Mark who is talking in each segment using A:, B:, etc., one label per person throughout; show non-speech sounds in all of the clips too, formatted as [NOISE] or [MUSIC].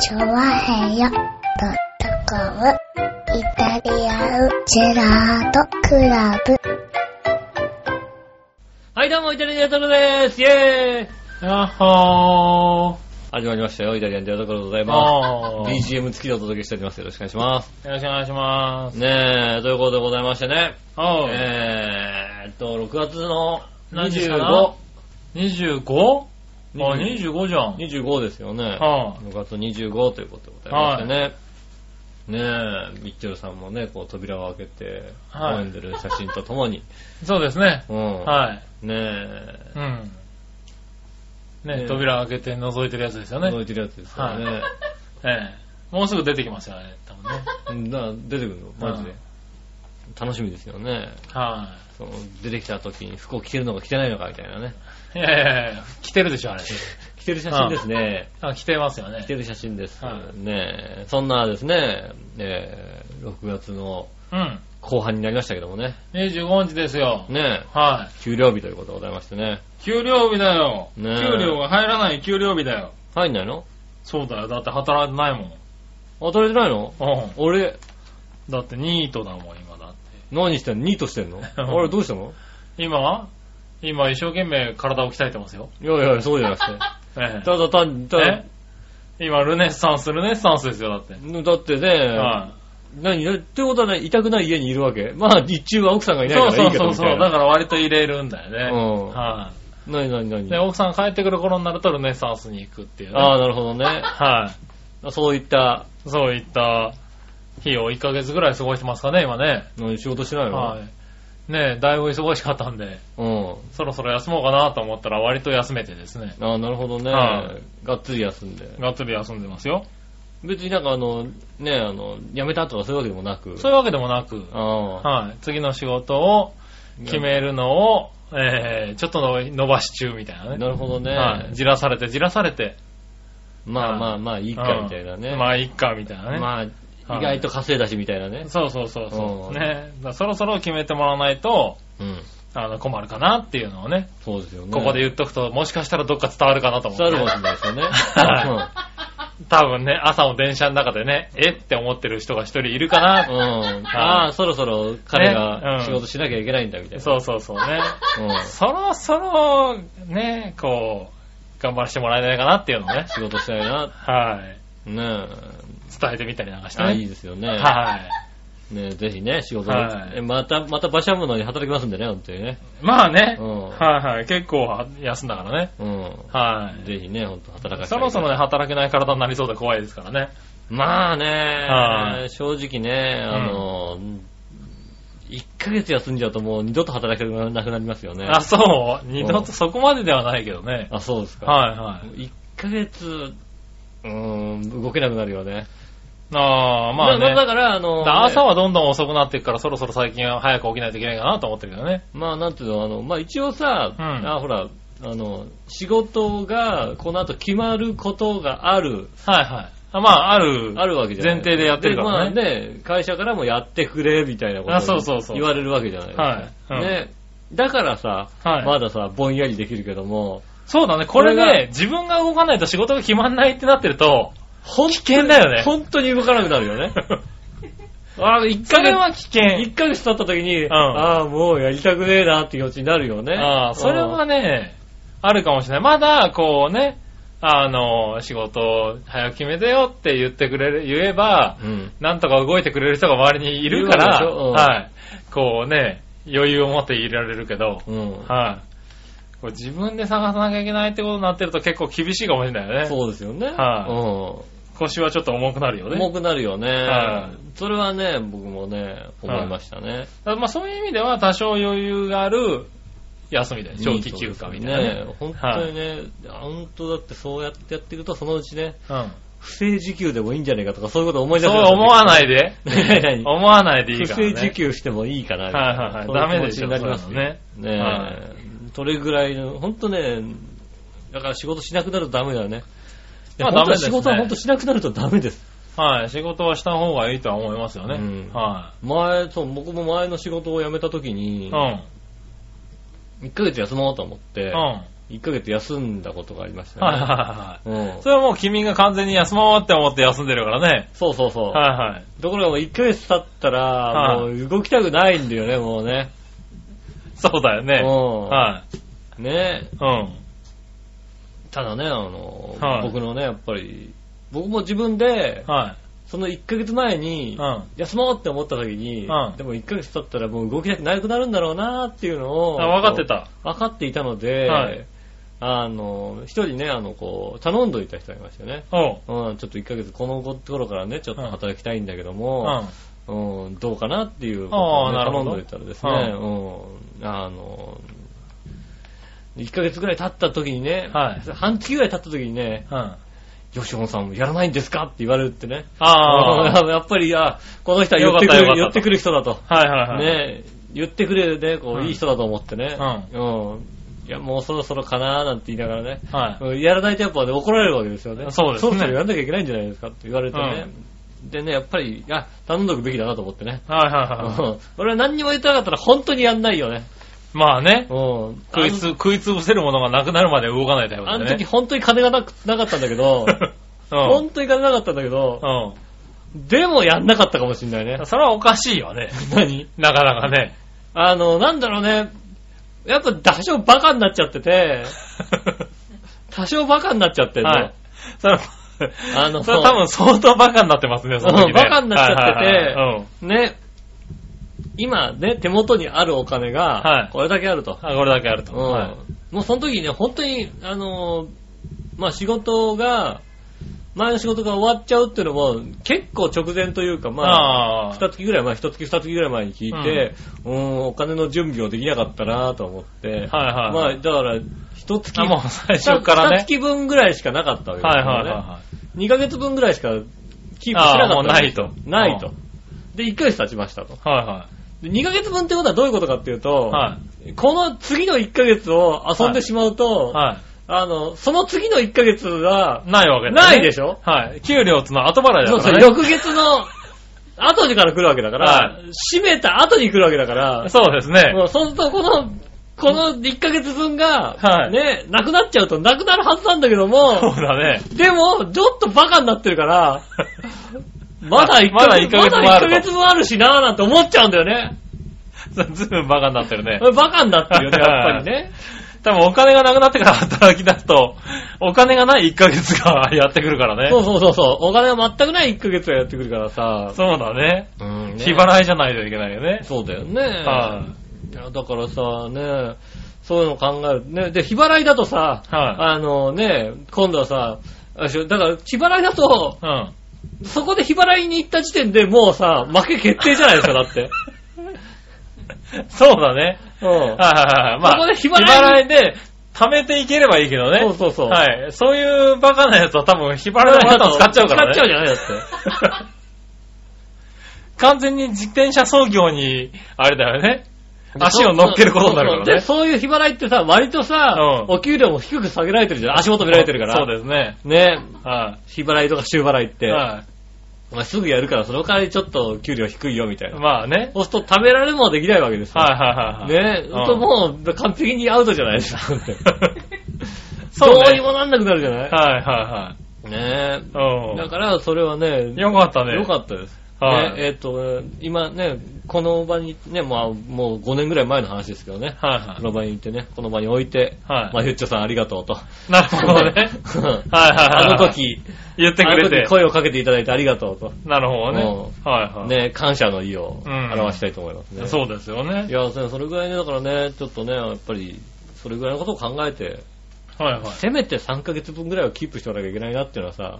A: チョワヘヨドットコムイタリアンジェラートクラブ。
B: はい、どうも、イタリアンジェラートクラブです。イェーイやっほ
C: 始まりましたよ。イタリアンでありがとうござい
B: ー。
C: ま
B: あー。
C: す。BGM 付きでお届けしております。よろしくお願いします。
B: よろしくお願いします。
C: ねえ、ということでございましてね。
B: おう。
C: えーっと、6月の
B: 何日かな 25? あ、
C: 25
B: 25じゃん。
C: 25ですよね。
B: は
C: 6月25ということでございましてね。ねえ、ミッチェルさんもね、こう扉を開けて、
B: はい
C: 飲んでる写真とと
B: [LAUGHS]
C: もに。
B: い。そうですね。
C: うん。
B: はい。
C: ねえ、
B: うん。
C: ね
B: ね、
C: え
B: 扉開けて覗いてるやつですよね。
C: 覗いてるやつですよね。
B: ええ。もうすぐ出てきますよね、多分 [LAUGHS] ね。
C: うんだから出てくるの、マジ
B: う
C: で
B: ん。
C: 楽しみですよね。
B: は
C: その出てきた時に服を着てるのか着てないのかみたいなね。
B: い。いやいやいや、来てるでしょ、あ [LAUGHS] れ。
C: 着てる写真ですね。
B: あ、来てますよね
C: 着て。る写真です。
B: はい
C: ねえそんなですね、えー6月の
B: うん。
C: 後半になりましたけどもね。
B: 25日ですよ。
C: ねえ
B: は
C: 給料日ということでございましてね。
B: い。給料日だよ。給
C: ねえ
B: 料が入らない給料日だよ。
C: 入んないの
B: そうだよ。だって働いてないもん。
C: 働いてないの
B: う
C: 俺、
B: ん。だってニートだもん、今だって。
C: 何してんのニートし
B: [LAUGHS]
C: てんの俺どうしたの
B: 今は今一生懸命体を鍛えてますよ。
C: いやいや、そうじゃなくて。
B: え
C: ただ単、ただ
B: え、今ルネッサンス、ルネッサンスですよ、だって。
C: だってね、
B: は
C: 何だってことはね、痛くない家にいるわけ。まあ、日中は奥さんがい
B: い。
C: ないか
B: そうそ
C: らいいうけ
B: そ
C: ど
B: う
C: み
B: そ
C: た
B: う。
C: いな。
B: だから割と入れるんだよね。
C: うん
B: は
C: 何何何
B: い。で、奥さん帰ってくる頃になるとルネッサンスに行くっていうね。
C: ああ、なるほどね。
B: は
C: そういった、
B: い。そういった日を1ヶ月ぐらい過ごしてますかね、今ね。
C: 何仕事してないの、
B: はい。ねえ、だいぶ忙しかったんで、
C: うん。
B: そろそろ休もうかなと思ったら割と休めてですね。
C: ああ、なるほどね。
B: はい
C: がっつり休んで。
B: がっつり休んでますよ。
C: 別になんかあの、ね、あの、辞めたとかそういうわけでもなく。
B: そういうわけでもなく、
C: ああ。
B: はい。次の仕事を決めるのを、えー、ちょっとの伸ばし中みたいなね。
C: なるほどね。
B: はい。じらされて、じらされて。
C: まあまあまあ、いいか
B: うん
C: みたいなね。
B: まあ、いっか、みたいなね。
C: まあ、意外と稼いだしみたいなね。
B: そうそうそうそうう。
C: ん
B: ね。だからそろそろ決めてもらわないと、
C: うん。
B: あの、困るかなっていうのをね、
C: そうですよね。
B: ここで言っとくと、もしかしたらどっか伝わるかなと思って。
C: 伝わるかもしれないですよね。
B: は多分ね、朝の電車の中でね、えって思ってる人が一人いるか
C: う
B: な。
C: ん。うんああ、そろそろ彼
B: ねう
C: が
B: ん
C: 仕事しなきゃいけないんだみたいな。
B: そうそうそうね。
C: うん。
B: そろそろ、ね、こう、頑張らせてもらえないかなっていうのをね、
C: 仕事したいな。
B: はい。
C: ね
B: 伝えてみたりなんかして
C: え。あいい
B: ね。
C: ですよね。
B: はい。
C: ねぜひね、仕事、
B: はい
C: えまた、また馬車部のに働きますんでね、本当にね。
B: まあね、
C: うん
B: はいはい。結構は休んだからね。
C: うん。
B: は
C: ぜひね、本当働か
B: い。
C: せ
B: そ
C: てあげた
B: ろ
C: い
B: そろね、働けない体になりそうで怖いですからね。
C: まあ
B: は
C: ね、正直ね、あの、1ヶ月休んじゃうともう二度と働けなくなりますよね。
B: あ、そう二度
C: うん
B: とそこまでではないけどね。
C: あ、そうですか。
B: はいはい。
C: 1ヶ月、うーん、動けなくなるよね。
B: ああ、まあ
C: だだ
B: ね。
C: から、あの、
B: 朝
C: ね
B: はどんどん遅くなっていくから、そろそろ最近は早く起きないといけないかなと思ってるけどね。
C: まあ、なんていうの、あの、まあ一応さ、
B: うん
C: あ、ほら、あの、仕事が、この後決まることがある。
B: はいはい。あまあ、ある。
C: あるわけじゃない。
B: 前提でやってるからね
C: でまあね、会社からもやってくれ、みたいなこと
B: あそうそうそう
C: 言われるわけじゃないですか。
B: はいうん
C: ね。だからさ、
B: はい
C: まださ、ぼんやりできるけども、
B: そうだね。これ
C: これ
B: ね、自分が動かないと仕事が決まんないってなってると、
C: 本
B: 危険だよね
C: 本当に動かなくな
B: [LAUGHS]
C: るよね。ああ、1ヶ月、
B: は危険。
C: 一ヶ月経った時に、
B: ん
C: ああ、もうやりたくねえなって気持ちになるよね。
B: ああ、それはね、あるかもしれない。まだ、こうね、あの、仕事を早く決めてよって言ってくれる、言えば
C: う、ん。
B: なんとか動いてくれる人が周りにいるか
C: い
B: ら、
C: るわけでしょうん
B: はい。こうね、余裕を持っていられるけど、
C: うん。
B: はい。こう自分で探さなきゃいけないってことになってると結構厳しいかもしれないよね。
C: そうですよね。
B: はい
C: うん。
B: 腰はちょっと重くなるよね。
C: 重くなるよね、
B: は
C: それはね、僕もね、思いましたね。
B: だからまあそういう意味では多少余裕がある休みだよね。長期休暇みたいなね。
C: ね。本当にね、本当だってそうやってやっていくと、そのうちね、
B: うん。
C: 不正受給でもいいんじゃないかとか、そういうこと思い出
B: そ
C: す
B: う思わ
C: い。。
B: ないで
C: 何
B: 思わ [LAUGHS] ないでいい
C: 不
B: からね。
C: 正受給してもいいかなみたな
B: はいはいはい
C: そうう
B: ダメでしょ
C: 気持ちになりますね。ねえ、
B: は
C: それぐらいの、本当ね、だから仕事しなくなるとダメだよね。
B: まあダ
C: 本当
B: メですね
C: 仕事は本当しなくなるとダメです。
B: はい。仕事はした方がいいとは思いますよね。
C: うん
B: は
C: 前、そう、僕も前の仕事を辞めた時
B: い。
C: に
B: う、ん。
C: 1ヶ月休もうと思って、
B: うん。
C: 1ヶ月休んだことがありまし
B: はいはい
C: た
B: は
C: ね。うん
B: い。それはもう君が完全に休もうって思って休んでるからね。
C: そうそう
B: は
C: そう。
B: いはい。
C: ところがもう1ヶ月経ったら、
B: は
C: もう動きたくないんだよね、もうね。
B: そうだよね。
C: うん
B: はい。
C: ね
B: うん。
C: ただね、あの、
B: はい
C: 僕のね、やっぱり、僕も自分で、
B: は
C: その1ヶ月前
B: い。
C: に
B: う、ん。
C: 休もうって思った時
B: う
C: に、
B: ん
C: でも1ヶ月経ったらもう動きたくなくなるんだろうなっていうのを、
B: あ、分かってた。
C: 分かっていたので、
B: はい
C: あの、一人ね、あの、こう、頼んどいた人がいましたよね。
B: おう。
C: うん、ちょっと1ヶ月、この頃からね、ちょっと
B: うん
C: 働きたいんだけど
B: うん。
C: も、
B: は
C: うん、どうかなっていうこと
B: あ
C: を
B: あ
C: ね、
B: なる
C: 頼
B: ほ
C: ん
B: ど
C: どいたらですね、うん、あの、1ヶ月ぐらい経った時にね、
B: はい
C: 半月ぐらい経った時にね、
B: うん。あ
C: 吉本さんもやらないんですかって言われるってね。
B: あ。
C: [LAUGHS] やっぱり、あこの人は寄ってく
B: よかったよかった
C: る、
B: と
C: 寄ってくる人だと。
B: はいはいはい。
C: ね、言ってくれるね、こ
B: う
C: う、
B: ん
C: いい人だと思ってね。うん。いや、もうそろそろかなーなんて言いながらね。
B: はい。
C: うんやらないとやっぱね、怒られるわけですよね。
B: そうですね
C: そろそろやんなきゃいけないんじゃないですかって言われてね。でね、やっぱり、あ、頼んどくべきだなと思ってね。
B: はいは
C: う
B: いは
C: ん俺は何にも言ってなかったら本当にやんないよね。
B: い。まあね
C: う。ん。
B: 食いつ、食いつぶせるものがなくなるまで動かないタイプ
C: あ
B: だ
C: の
B: ね。
C: あの時本当に金がなく、なかったんだけ
B: [LAUGHS] うん。
C: ど、本当に金なかったんだけど、
B: う
C: でもやんなかったかもしんないね
B: ん。。それはおかしいよ
C: [LAUGHS]
B: ね。
C: 何
B: なかなかね。
C: あの、なんだろうね。やっぱ多少バカになっちゃってて、
B: [LAUGHS]
C: 多少バカになっちゃってんの。
B: はい。それ、
C: あの
B: [LAUGHS] それ多分相当バカになってますね、その時ね。
C: うんバカになっちゃってて
B: はいはいはいうん。
C: ね。今ね、手元にあるお金
B: は
C: が
B: い、
C: これだけあると。
B: あ、これだけあると。
C: うん
B: はい
C: もうその時にね、本当に、あのーまあ、仕事が、前の仕事が終わっちゃうっていうのも、結構直前というか、まあ、
B: ああ。
C: 二月ぐらい前、一月二月ぐらい前に聞いて、うーん、お金の準備をできなかったなと思って、
B: はいはい
C: まあ、だから、一月、
B: あ、もう最初から
C: 二
B: ね。
C: 月分ぐらいしかなかったわけです
B: はい
C: よね。
B: はいはいは
C: 2ヶ月分ぐらいしかキープしなかったわけですよ
B: ああもう
C: な
B: ないい
C: と
B: と。
C: で、1ヶ月経ちましたと。
B: い。はいは
C: で、2ヶ月分ってことはどういうことかっていうと、
B: い。は
C: この次の1ヶ月を遊んでしまうと、
B: い。は。、
C: あの、その次の1ヶ月はい
B: ないわけだよね
C: ないでしょ
B: はい。給料つの後払い
C: そう
B: だか
C: そ
B: ら
C: う、
B: ね。
C: 翌月の [LAUGHS] 後にから来るわけだから、
B: は
C: 閉めた後に来るわけだから、
B: そうですね。
C: もうそうするとこの、この1ヶ月分が、
B: はい
C: ね、なくなっちゃうとなくなるはずなんだけど
B: そう [LAUGHS]
C: も、
B: だね。
C: でも、ちょっとバカになって
B: [LAUGHS]
C: るから、まだ1
B: まだ
C: ヶ月
B: 一ヶ月も
C: まだ
B: あ
C: 一ヶ
B: ると
C: 月もあるしなーなんて思っちゃうんだ
B: [LAUGHS]
C: よね。
B: ずいぶんバカになってるね。
C: バカになってるよね、やっぱりね。
B: 多分お金がなくなってから働き出すと、お金がない1ヶ月がやってくるからね。
C: そうそうそうそう。お金は全くない1ヶ月がやってくるからさ。
B: そうだね。
C: うん
B: 日払いじゃないといけないよね。
C: そうだよね。
B: はい
C: やだからさ、ね、そういうの考える。ね、で、日払いだとさ、
B: は
C: あのね、今度はさ、あれでしょだから、日払いだと、
B: うん。
C: そこで日払いに行った時点でもうさ、負け決定じゃないですか、だ
B: [LAUGHS]
C: って。
B: そうだね。
C: うん。
B: はいはいはい。ま
C: そこ
B: あ、
C: で日
B: 日
C: 払い
B: 払いで、貯めていければいいけどね。
C: そうそうそう。
B: はい。そういうバカなやつは多分、日払いの方使っちゃうからね。
C: [LAUGHS] 使っちゃうじゃないだって。
B: 完全に自転車操業に、あれだよね。 [LAUGHS] 足を乗っけることになるから
C: で、
B: ね。
C: そういう日払いってさ、割とさ、
B: うん
C: お給料も低く下げられてるじゃん。足元見られてるから。
B: そうですね。
C: ね。
B: は
C: 日払いとか週払いっ
B: い。
C: て、
B: は
C: まあ、すぐやるから、その代わりちょっと給料低いよ、みたい
B: い。
C: な。
B: まあね。
C: そうすると、食べられるものできないわけですよ。
B: はいはいはいはい。
C: ねえ、
B: うん
C: ほんともう完璧にアウトじゃない
B: [LAUGHS]
C: ですか。
B: そう
C: ど
B: ね
C: うにもなんなくなるじゃない
B: はいはい
C: ね
B: はい。うん。
C: え。だから、それはね、
B: よかったね。
C: よかったです。
B: はい
C: ねえっと、今ね、この場にね、まあ、もう5年ぐらい前の話ですけどね。
B: はいは
C: この場に行ってね、この場に置いて、
B: はい
C: まあ、ゆっちょさんありがとうと。
B: い。なる
C: [LAUGHS]
B: ほどね。はいはいはい。
C: あの。時、
B: 言ってく
C: あの
B: れ
C: 時
B: て。
C: 声をかけていただいてありがとうと。
B: なるほどね。はいはい。
C: ね、感謝の意を
B: うん
C: 表したいと思いますね。
B: そうですよ
C: い
B: ね。
C: や、それそれぐらいね、だからね、ちょっとね、やっぱり、それぐらいのことを考えて、
B: はいはい。
C: せめて3ヶ月分ぐらいはキープしておかなきゃいけないなっていうのはさ、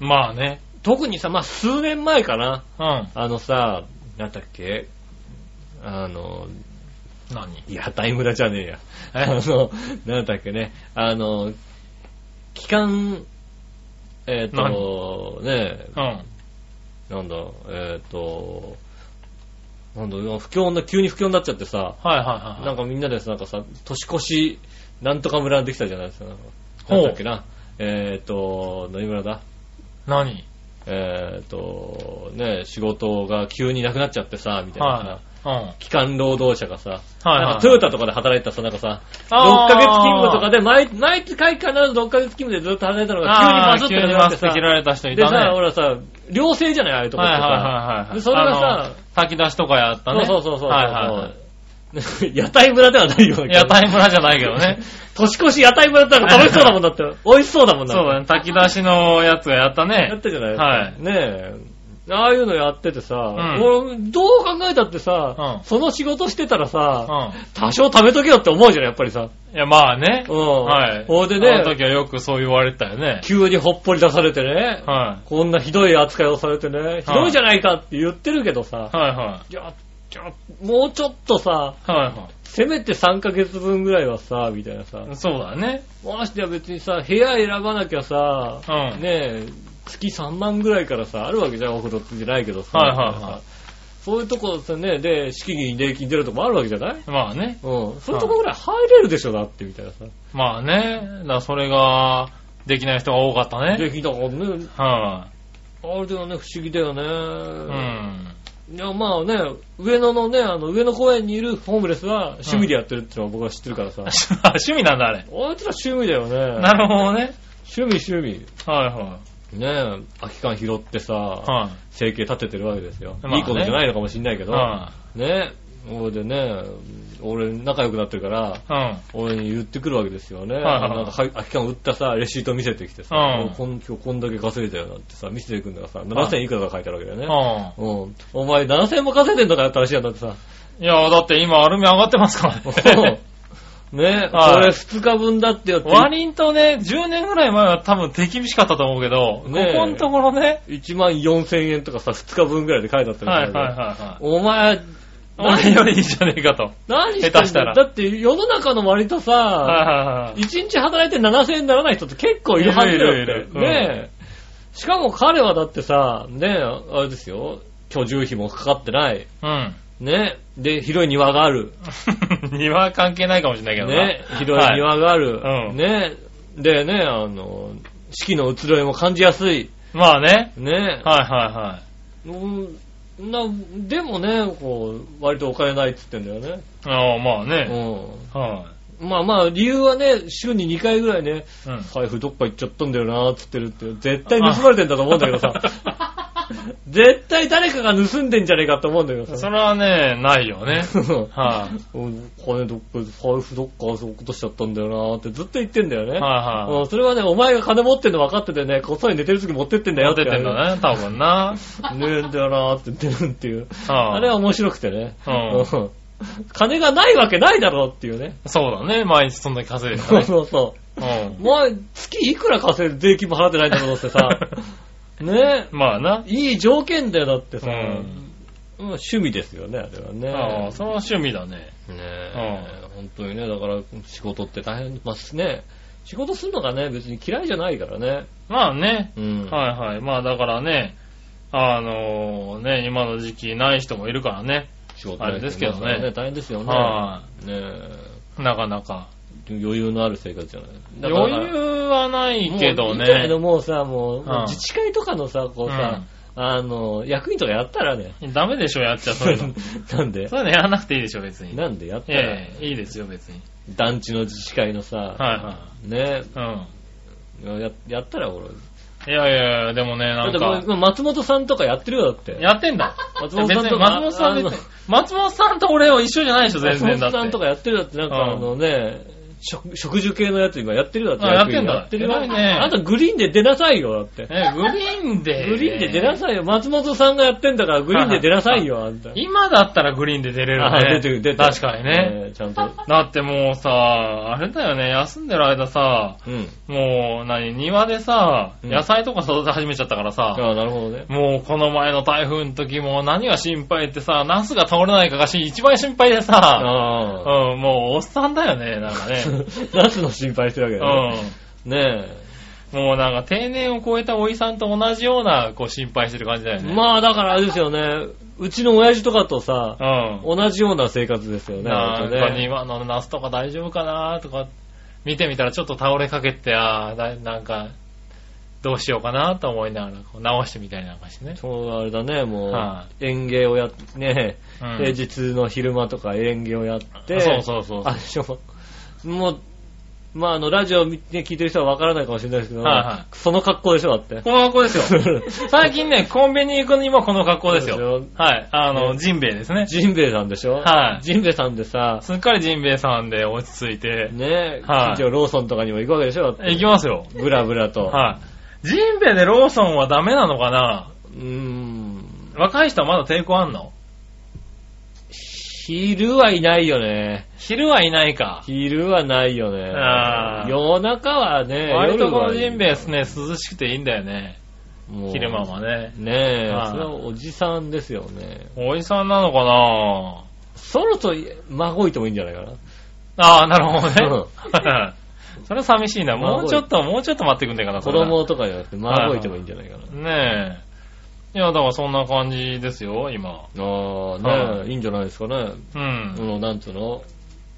B: まあね。
C: 特にさ、まあ、数年前かな。
B: うん。
C: あのさ、なんだっけあの、
B: 何
C: いや、タイムラじゃねえや。 [LAUGHS] あ
B: え
C: の、なんだっけね、あの、期間、えっ、と、ね、
B: うん。
C: なんだ、えっ、と、なんだ、不況な、急に不況になっちゃってさ、
B: はいはいはい。
C: なんかみんなでさ、なんかさ、年越し、なんとか村できたじゃないですか。なんか
B: ほ
C: な
B: うん
C: だっけな。えっ、と、何村だ
B: 何
C: えっ、と、ね、仕事が急になくなっちゃってさ、みたいなさ、
B: はうん。はい
C: 期間労働者がさ、なん
B: は
C: か
B: い。
C: トヨタとかで働いてたさ、なんかさ、6
B: あー
C: ヶ月勤務とかで、毎毎回必ず6ヶ月勤務でずっと働いてたの
B: あ
C: が
B: あ、
C: 急にバズ
B: 急
C: っ
B: に
C: て
B: マ
C: な
B: ス
C: く
B: って
C: て
B: 切
C: さ、
B: られた人い
C: で
B: たね。
C: さ、ほらさ、良性じゃないああいうとこって
B: はい
C: さ。
B: はいはいはい。
C: でそれがさ
B: あの、滝出しとかやったね。
C: そうそうそうそう。
B: はいはいはい。
C: [LAUGHS] 屋台村ではないような気が
B: 屋台村じゃないけ
C: [LAUGHS]
B: どね。
C: 年越し屋台村ってなんか楽しそうだもんだって。美味しそうだもんだっ
B: そ
C: て。
B: うだね。炊き出しのやつがやった
C: やっ
B: ね。
C: たじゃない
B: はい
C: ねえ。ああいうのやっててさ、
B: ん
C: 俺どう考えたってさ、
B: うん
C: その仕事してたら
B: う
C: さ、
B: ん。
C: 多少食べとけよって思うじゃない、やっぱりさ。
B: いや、まあね
C: う。ん。
B: はい。
C: ほいで
B: あの
C: ね、
B: 時はよくそう言われてたよね。
C: 急にほっぽり出されてね、
B: は
C: こんなひどい扱いをされてね、ひどいじゃないかって言ってるけどさ
B: い。、はいはい
C: や、じゃもうちょっとさ、
B: い。は
C: せめて3ヶ月分ぐらいはさ、みたいなさ
B: いは、い。そうだね。
C: ましてや別にさ、部屋選ばなきゃさ、
B: うん
C: ねえ、月3万ぐらいからさ、あるわけじゃん、お風呂ってじゃないけどさ。
B: はいはいはい
C: そういうとこさね、で、敷金、礼金出るとこもあるわけじゃないうん。
B: まあね。
C: そういうとこぐらい入れるでしょ、だって、みたいなさ。
B: まあね。だからそれが、できない人が多かったね。
C: 礼金だからね、
B: は
C: あれだよね、不思議だよね。
B: い。うん。 [LAUGHS]
C: いや、まあね、上野のね、あの、上野公園にいるホームレスは趣味でやってるってのは僕は知ってるからさ。あい
B: 趣味なんだ、あれ。
C: つら趣味だよね。
B: なるほどね。
C: 趣味趣味。
B: はいは
C: ねえ、空き缶拾ってさ、
B: い。はい。
C: 生計立ててるわけですよ。
B: まあね
C: いいことじゃないのかもしんないけど、
B: は
C: ね、俺でね、俺仲良くなってるから、
B: い。うん。
C: 俺に言ってくるわけですよね。
B: はいはいはい
C: なんか、は空き缶売ったさ、レシート見せてきてさ、
B: うん
C: もうこん今日こんだけ稼いだよなってさ、見せてくんだからさ、7000いくらが書いてあるわけだよね。
B: う
C: うん。お前7000も稼いでんのかよって話やんだってさ。
B: ん。いや、だって今アルミ上がってます [LAUGHS] からね。
C: ね、こ
B: はい
C: れ2日分だってよって。
B: 割とね、10年ぐらい前は多分手厳しかったと思うけど、
C: ねえ
B: ここのところね。
C: 1万4000円とかさ、2日分ぐらいで書いてあったりする
B: は
C: わ
B: いはい
C: けだよ
B: はいはい。
C: お前、
B: 俺よりいいじゃねえかと。
C: 何して
B: 下
C: んだ
B: 手
C: よ
B: したら
C: だって世の中の割とさ、
B: はいはいはい。
C: 一日働いて7000円にならない人って結構いるはずだよ。
B: いるいるいる
C: ねえ。しかも彼はだってさ、ねえ、あれですよ、居住費もかかってない。
B: うん。
C: ねえ。で、広い庭がある。
B: [LAUGHS] 庭は関係ないかもしれないけどな。
C: ねえ。広い
B: は。
C: 庭がある。
B: はいうん
C: ねえ。でね、あの、四季の移ろいも感じやすい。
B: まあね。
C: ねえ。
B: はいはいはい。
C: うんなでもね、こう、割とお金ないって言ってんだよね。
B: ああ、まあね。
C: う
B: は
C: ん。まあまあ、理由はね、週に2回ぐらいね、
B: い。うん。
C: 財布どっか行っちゃったんだよなーっつってるって、絶対盗まれてんだと思うんだけど [LAUGHS] さ。絶対誰かが盗んでんじゃねえかと思うんだけど
B: そ
C: さ。
B: れはね、ないよ
C: [LAUGHS]
B: ね。は
C: うん金どっか、財布どっか落としちゃったんだよなーってずっと言ってんだよ
B: い。は
C: ね。
B: いは
C: うんそれはね、お前が金持ってんの分かっててね、こっそり寝てる時持ってってん
B: い。
C: だよって
B: 出てんだね、多分な。
C: 寝るんだよなーって言ってるっていう。
B: あ
C: あれは面白くてね。
B: う
C: うん金がないわけないだろうっていうね。
B: そうだね、毎日そんなに稼いでた
C: そう
B: ね。
C: そうそう。 [LAUGHS]
B: うん。
C: お前、月いくら稼いで税金も払ってないんだろうって [LAUGHS] さ。ね
B: まあな
C: え。。いい条件だよ、だってさ。
B: うん
C: うん趣味ですよね、あれはね。
B: ああ、それは趣味だね。
C: ねえ、本当にね、だから仕事って大変ますね。仕事するのがね、別に嫌いじゃないからね。
B: まあね。
C: うん。
B: はいはい。まあだからね、あのね、今の時期ない人もいるからね。
C: 仕事
B: あれですけどね
C: 大変ですよね。
B: は
C: ねえ
B: い。なかなか。
C: 余裕のある生活じゃない。だから
B: 余裕はないけど
C: もういいけ
B: ね。
C: どもうさ、もう、
B: ん
C: もう自治会とかのさ、こうさ、あの、役員とかやったらね。
B: ダメでしょ、やっちゃそういうの。
C: [LAUGHS] なんで
B: そういうのやらなくていいでしょ、別に。
C: なんでやったら、
B: ええ、いいですよ、別に。
C: 団地の自治会のさ、
B: は
C: ね
B: いは
C: や、やったら
B: い。
C: 俺。
B: うん。いやいやいや、でもね、
C: だ
B: な
C: っ
B: ん
C: ても
B: か
C: う、今松本さんとかやってるよ、だって。
B: やってんだ。
C: 松本さん
B: 別に
C: と
B: 松本さん別に
C: あの
B: 松本さんと俺は一緒じゃないでしょ、全
C: 松
B: 然だ
C: 本
B: って。
C: さんとかやってるよだって、なんか
B: うん
C: あのね、食食事系のやつ今やってるよ、だって。
B: あやってんだ
C: 役員やってるよ。
B: 偉いね
C: あんたグリーンで出なさいよ、だって。
B: ねグリーンで。
C: グリーンで出なさいよ。松本さんがやってんだからグリーンで出なさいよ、あんた。
B: 今だったらグリーンで出れる
C: あ
B: ね。
C: 出てる、出てる。
B: 確かにね。
C: えー。ちゃんと。
B: だってもうさ、あれだよね、休んでる間さ、
C: うん。
B: もう何、庭でさ、
C: うん
B: 野菜とか育て始めちゃったからさ、
C: ああ、なるほどね。
B: もうこの前の台風の時も何が心配ってさ、ナスが倒れないかがし一番心配でさ、
C: [LAUGHS] ああ。
B: うん、もうおっさんだよね、なんかね。
C: [LAUGHS] ナスの心配してるわ
B: う
C: けだね。ね
B: ん。もうなんか定年を超えたおいさんと同じような、こう心配してる感じだよ
C: え。
B: ね。
C: まあだからあれですよね。うちの親父とかとさ、
B: うん。
C: 同じような生活ですよね。
B: なんか
C: ね
B: 庭のナスとか大丈夫かなとか、見てみたらちょっと倒れかけて、ああ、だなんか、どうしようかなと思いながら、こう直してみたりなんかしてね。
C: そう、あれだね、もう、
B: は
C: 園芸をやって、ね、
B: うん
C: 平日の昼間とか園芸をやって、
B: そうそうそう
C: あ、でも、もう、まあ、あの、ラジオ見て聞いてる人はわからないかもしれないですけど、
B: はいはい
C: その格好でしょ、だ
B: [LAUGHS]
C: って
B: こ。の格好ですよ。 [LAUGHS] 最近ね、コンビニ行くにもこの格好です
C: そう
B: よ
C: でし。
B: はい。あの、
C: ね
B: ジンベエですね。
C: ジンベエさんでしょ
B: はい
C: ジンベエさんでさ、
B: すっかりジンベエさんで落ち着いて、
C: ね、
B: はい
C: 近所ローソンとかにも行くわけでしょ、だって
B: 行きますよ。
C: ブラブラと。
B: はい。ジンベエでローソンはダメなのかな
C: うーん。
B: 若い人はまだ抵抗あんの
C: 昼はいないよね。
B: 昼はいないか。
C: 昼はないよね
B: あ。ー
C: 夜中はね、
B: 割とこのジンベエ
C: エ
B: ですね、涼しくていいんだよね。昼間はね。
C: ねえ、
B: はい
C: それはおじさんですよね。
B: おじさんなのかな
C: そろそろ孫いてもいいんじゃないかな。
B: ああ、なるほどね。
C: う
B: [LAUGHS] それは寂しいな。もうちょっと、もうちょっと待ってくんねえかな、そ
C: 子
B: れは
C: 供とかじゃなくて孫いてもいいんじゃないかな。
B: ねえ。いや、だからそんな感じですよ、今。
C: ああ、ねえ、
B: はい
C: い、いんじゃないですかね。
B: うん。
C: この、なんつうの、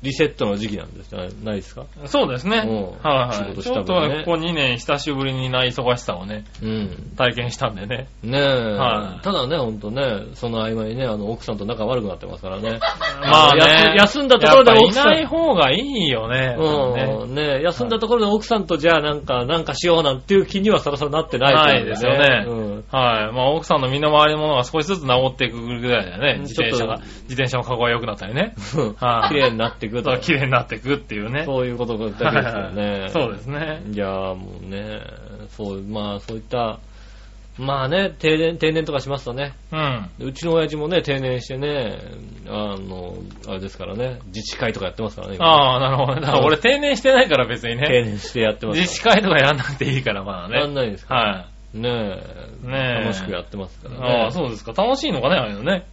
C: リセットの時期なんですじゃないないですか
B: そうですね。
C: うん
B: はい
C: 仕
B: はい。
C: 事
B: ち
C: し
B: ょ
C: た
B: っと
C: 分ね
B: ここ2年久しぶりにない忙しさをね、
C: うん。
B: 体験したんでね。
C: ねえ、
B: はい
C: ただね、ほんとね、その合間にね、あの、奥さんと仲悪くなってますから
B: [LAUGHS]
C: ね。
B: まあね。
C: やす休んだところで
B: やっぱ
C: 奥
B: い
C: さん
B: ない方がいいよね。
C: うん、ねえ休んだところで奥さんとじゃあなんか、なんかしようなんていう気にはさらさらなってないと思うん
B: な
C: だ
B: いですよはい。まあ、奥さんの身の回りのものが少しずつ治っていくぐらいだよね。
C: うん
B: 自転車が
C: ちょ、
B: 自転車のカゴが良くなったりね。
C: うん。
B: はい
C: 綺麗になってくる
B: ちょっ
C: と
B: と。綺麗になっていくっていうね。。
C: そういうことだけですよね
B: [LAUGHS] そうですね。
C: いやーもうね、そう、まあそういった、まあね、定年、定年とかしますとね、
B: うん。
C: うちの親父もね、定年してね、あの、あれですからね、自治会とかやってますからね。あ。
B: ああ、なるほどね。だから俺定年してないから別に
C: 定
B: ね。
C: 年してやってます
B: 自治会とかやらなくていいからまだ
C: から。やん
B: ね。
C: ないですか
B: は
C: ら。ねえ。
B: ねえ
C: 楽しくやってますか
B: い。
C: らね。
B: ああ、そうですか。楽しいのかね、あれのね。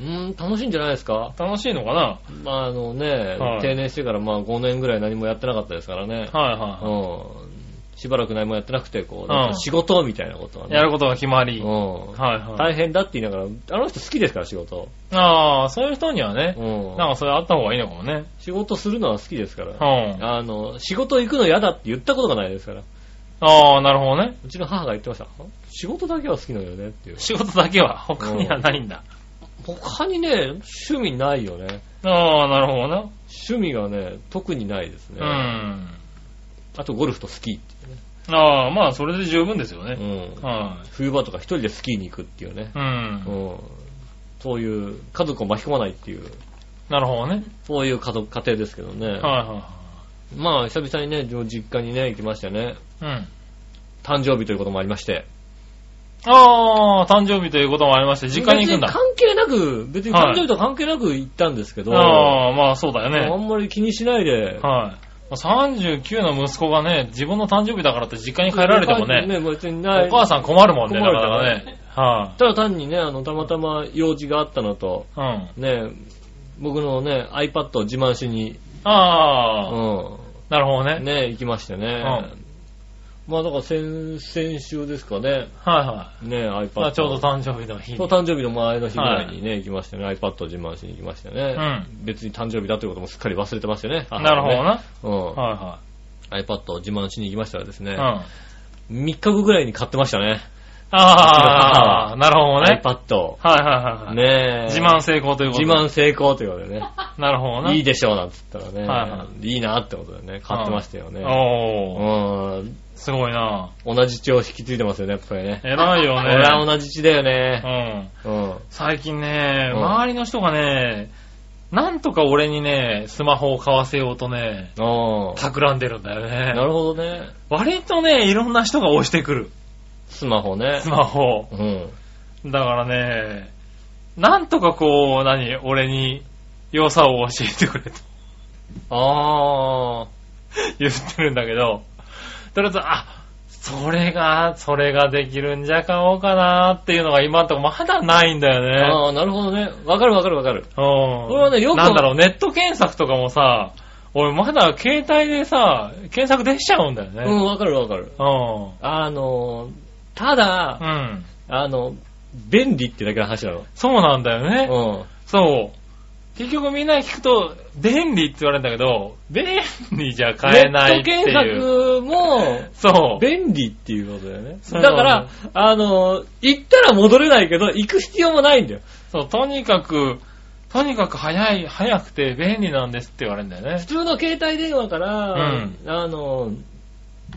C: う。ん、楽しいんじゃないですか
B: 楽しいのかな。
C: まああのね
B: は、い
C: 定年してからまあ5年ぐらい何もやってなかったですからね。
B: はいは
C: うん。しばらく何もやってなくて、こう、
B: ん
C: なんか仕事みたいなことはね。
B: い。やることが決まり。はい
C: うん。
B: はい。
C: 大変だって言いながら、あの人好きですから仕事。
B: ああ、そういう人にはね、
C: うん。
B: なんかそれあった方がいいのかもね。
C: 仕事するのは好きですか
B: う
C: ら。
B: ん。
C: あの、仕事行くの嫌だって言ったことがないですから。
B: ああ、なるほどね。
C: うちの母が言ってました。仕事だけは好きなのよねっていう。
B: 仕事だけは、他にはないんだ。
C: 他にね、趣味ないよね。
B: ああ、なるほどね。
C: 趣味がね、特にないですね。
B: う
C: あ
B: ん。
C: とゴルフとスキーっ
B: ああ、まあ、それで十分ですよね。
C: ていうね。うん。
B: は
C: 冬場とか一人でスキーに行くっていうね。
B: い。うん
C: う。ん。そういう、家族を巻き込まないっていう、
B: なるほどね。
C: そういう家族、家庭ですけどね。
B: はいは
C: まあ、久々にね、実家にね、行きましたね。
B: いはい。うん。
C: 誕生日ということもありまして。
B: ああ、誕生日ということもありまして、実家に行くん
C: 別
B: だ。
C: 関係なく、別に誕生日と関係なく行ったんですけど、
B: ああ、まあそうだよ
C: あ
B: ね。
C: んまり気にしないで、
B: はい。39の息子がね、自分の誕生日だからって実家に帰られてもね、
C: 別に
B: お
C: ない。
B: 母さん困るもんね、なか
C: 困る
B: な
C: か
B: から
C: ね
B: ね。は
C: ただ単にね、あの、たまたま用事があったのと、
B: い。うん。
C: ね、僕のね、iPad を自慢しに、う
B: ああ、
C: ん、
B: なるほどね。
C: ね、行きましてね。まあ、だから先、先週ですかね、
B: はいはい。
C: ね、iPad を。
B: まあちょうど誕生日の日
C: そう
B: に。
C: 誕生日の前の日ぐらいにね、行きましたね。iPad を自慢しに行きましたね。別に誕生日だということもすっかり忘れてましたね。
B: なるほど
C: ね。
B: な。
C: うん。
B: は
C: iPad を自慢しに行きましたらです
B: い
C: ね、
B: はい。うん。
C: 3日後ぐらいに買ってましたね。
B: ああ、なるほどね。
C: iPad を。
B: はいはいはい。
C: ねえ。
B: 自慢成功ということ
C: 自
B: で。。
C: 慢成功ということでね。
B: なるほどな。
C: いいでしょうなんつったらね、、
B: はいはい
C: いなってことでね、買ってましたよね。
B: おー、
C: うん。
B: すごいな。
C: 同じ血を引き継いでますよね、やっぱりね。
B: 偉いよ
C: [LAUGHS]
B: ね。
C: 俺は同じ血だよね。
B: うん。
C: うん。
B: 最近ね、
C: うん
B: 周りの人がね、なんとか俺にね、スマホを買わせようとね、
C: うん。
B: 企んでるんだよね。
C: なるほどね。
B: 割とね、いろんな人が押してくる。
C: スマホね
B: ス。マホを。
C: うん。
B: だからね、なんとかこう、何、俺に良さを教えてくれと [LAUGHS]
C: ああ。
B: 言ってるんだけど、とりあえず、あ、それが、それができるんじゃ買おうかなっていうのが今んとこまだないんだよね。
C: ああ、なるほどね。わかるわかるわかる。
B: うん。
C: れはねよく
B: なんだろう、ネット検索とかもさ、俺まだ携帯でさ、検索できちゃうんだよね。
C: うん、わかるわかる。
B: うん。
C: あの、ただ
B: う、ん。
C: あの、便利ってだけの話なの。
B: そうなんだよね。
C: う
B: そう。結局みんな聞くと、便利って言われるんだけど、便利じゃ買えないっていう。
C: ネット検索も、
B: そう。
C: 便利っていうことだよね。
B: そう
C: だから、あの、行ったら戻れないけど、行く必要もないんだよ。
B: そう、とにかく、とにかく早い、早くて便利なんですって言われるんだよね
C: 普。通の携帯電話から、
B: うん
C: あの、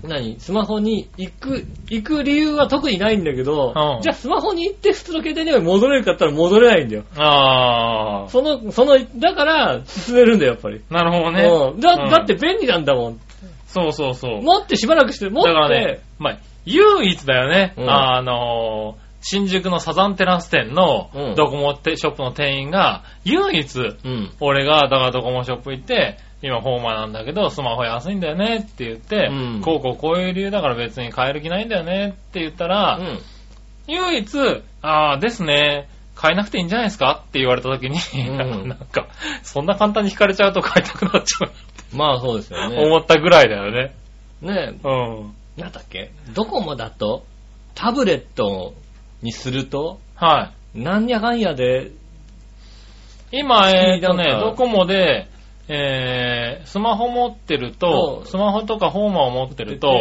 C: 何スマホに行く、行く理由は特にないんだけど、
B: うん
C: じゃあスマホに行って普通の携帯電話に戻れるかって言ったら戻れないんだよ。
B: あ
C: その、その、だから進めるんだよ、やっぱり。
B: あ、なるほどね。
C: うんだ
B: うん
C: だって便利なんだもん。
B: そうそうそう。
C: 持ってしばらくして、持っ
B: だから
C: て
B: ね、、まあ、唯一だよね、
C: うん
B: あのー新宿のサザンテラス店
C: う
B: の
C: ん
B: ドコモってショップの店員が、唯一、
C: うん。
B: 俺が、だからドコモショップ行って、今フォーマーなんだけど、スマホ安いんだよねって言って、
C: うん
B: こうこうこういう理由だから別に買える気ないんだよねって言ったら、
C: うん
B: 唯一、ああですね、買えなくていいんじゃないですかって言われた時に、[LAUGHS]
C: ん
B: なんか、そんな簡単に引かれちゃうと買いたくなっちゃう
C: まあそうですよ
B: な、
C: ね。
B: 思ったぐらいだよね。
C: ね
B: うん。
C: え、なんだっけドコモだと、タブレットにすると、
B: はい。
C: なんやかんやで、
B: 今、えっ、とね
C: なん、か
B: ドコモで、えー、スマホ持ってると
C: そ、う
B: スマホとかホーマーを持ってると、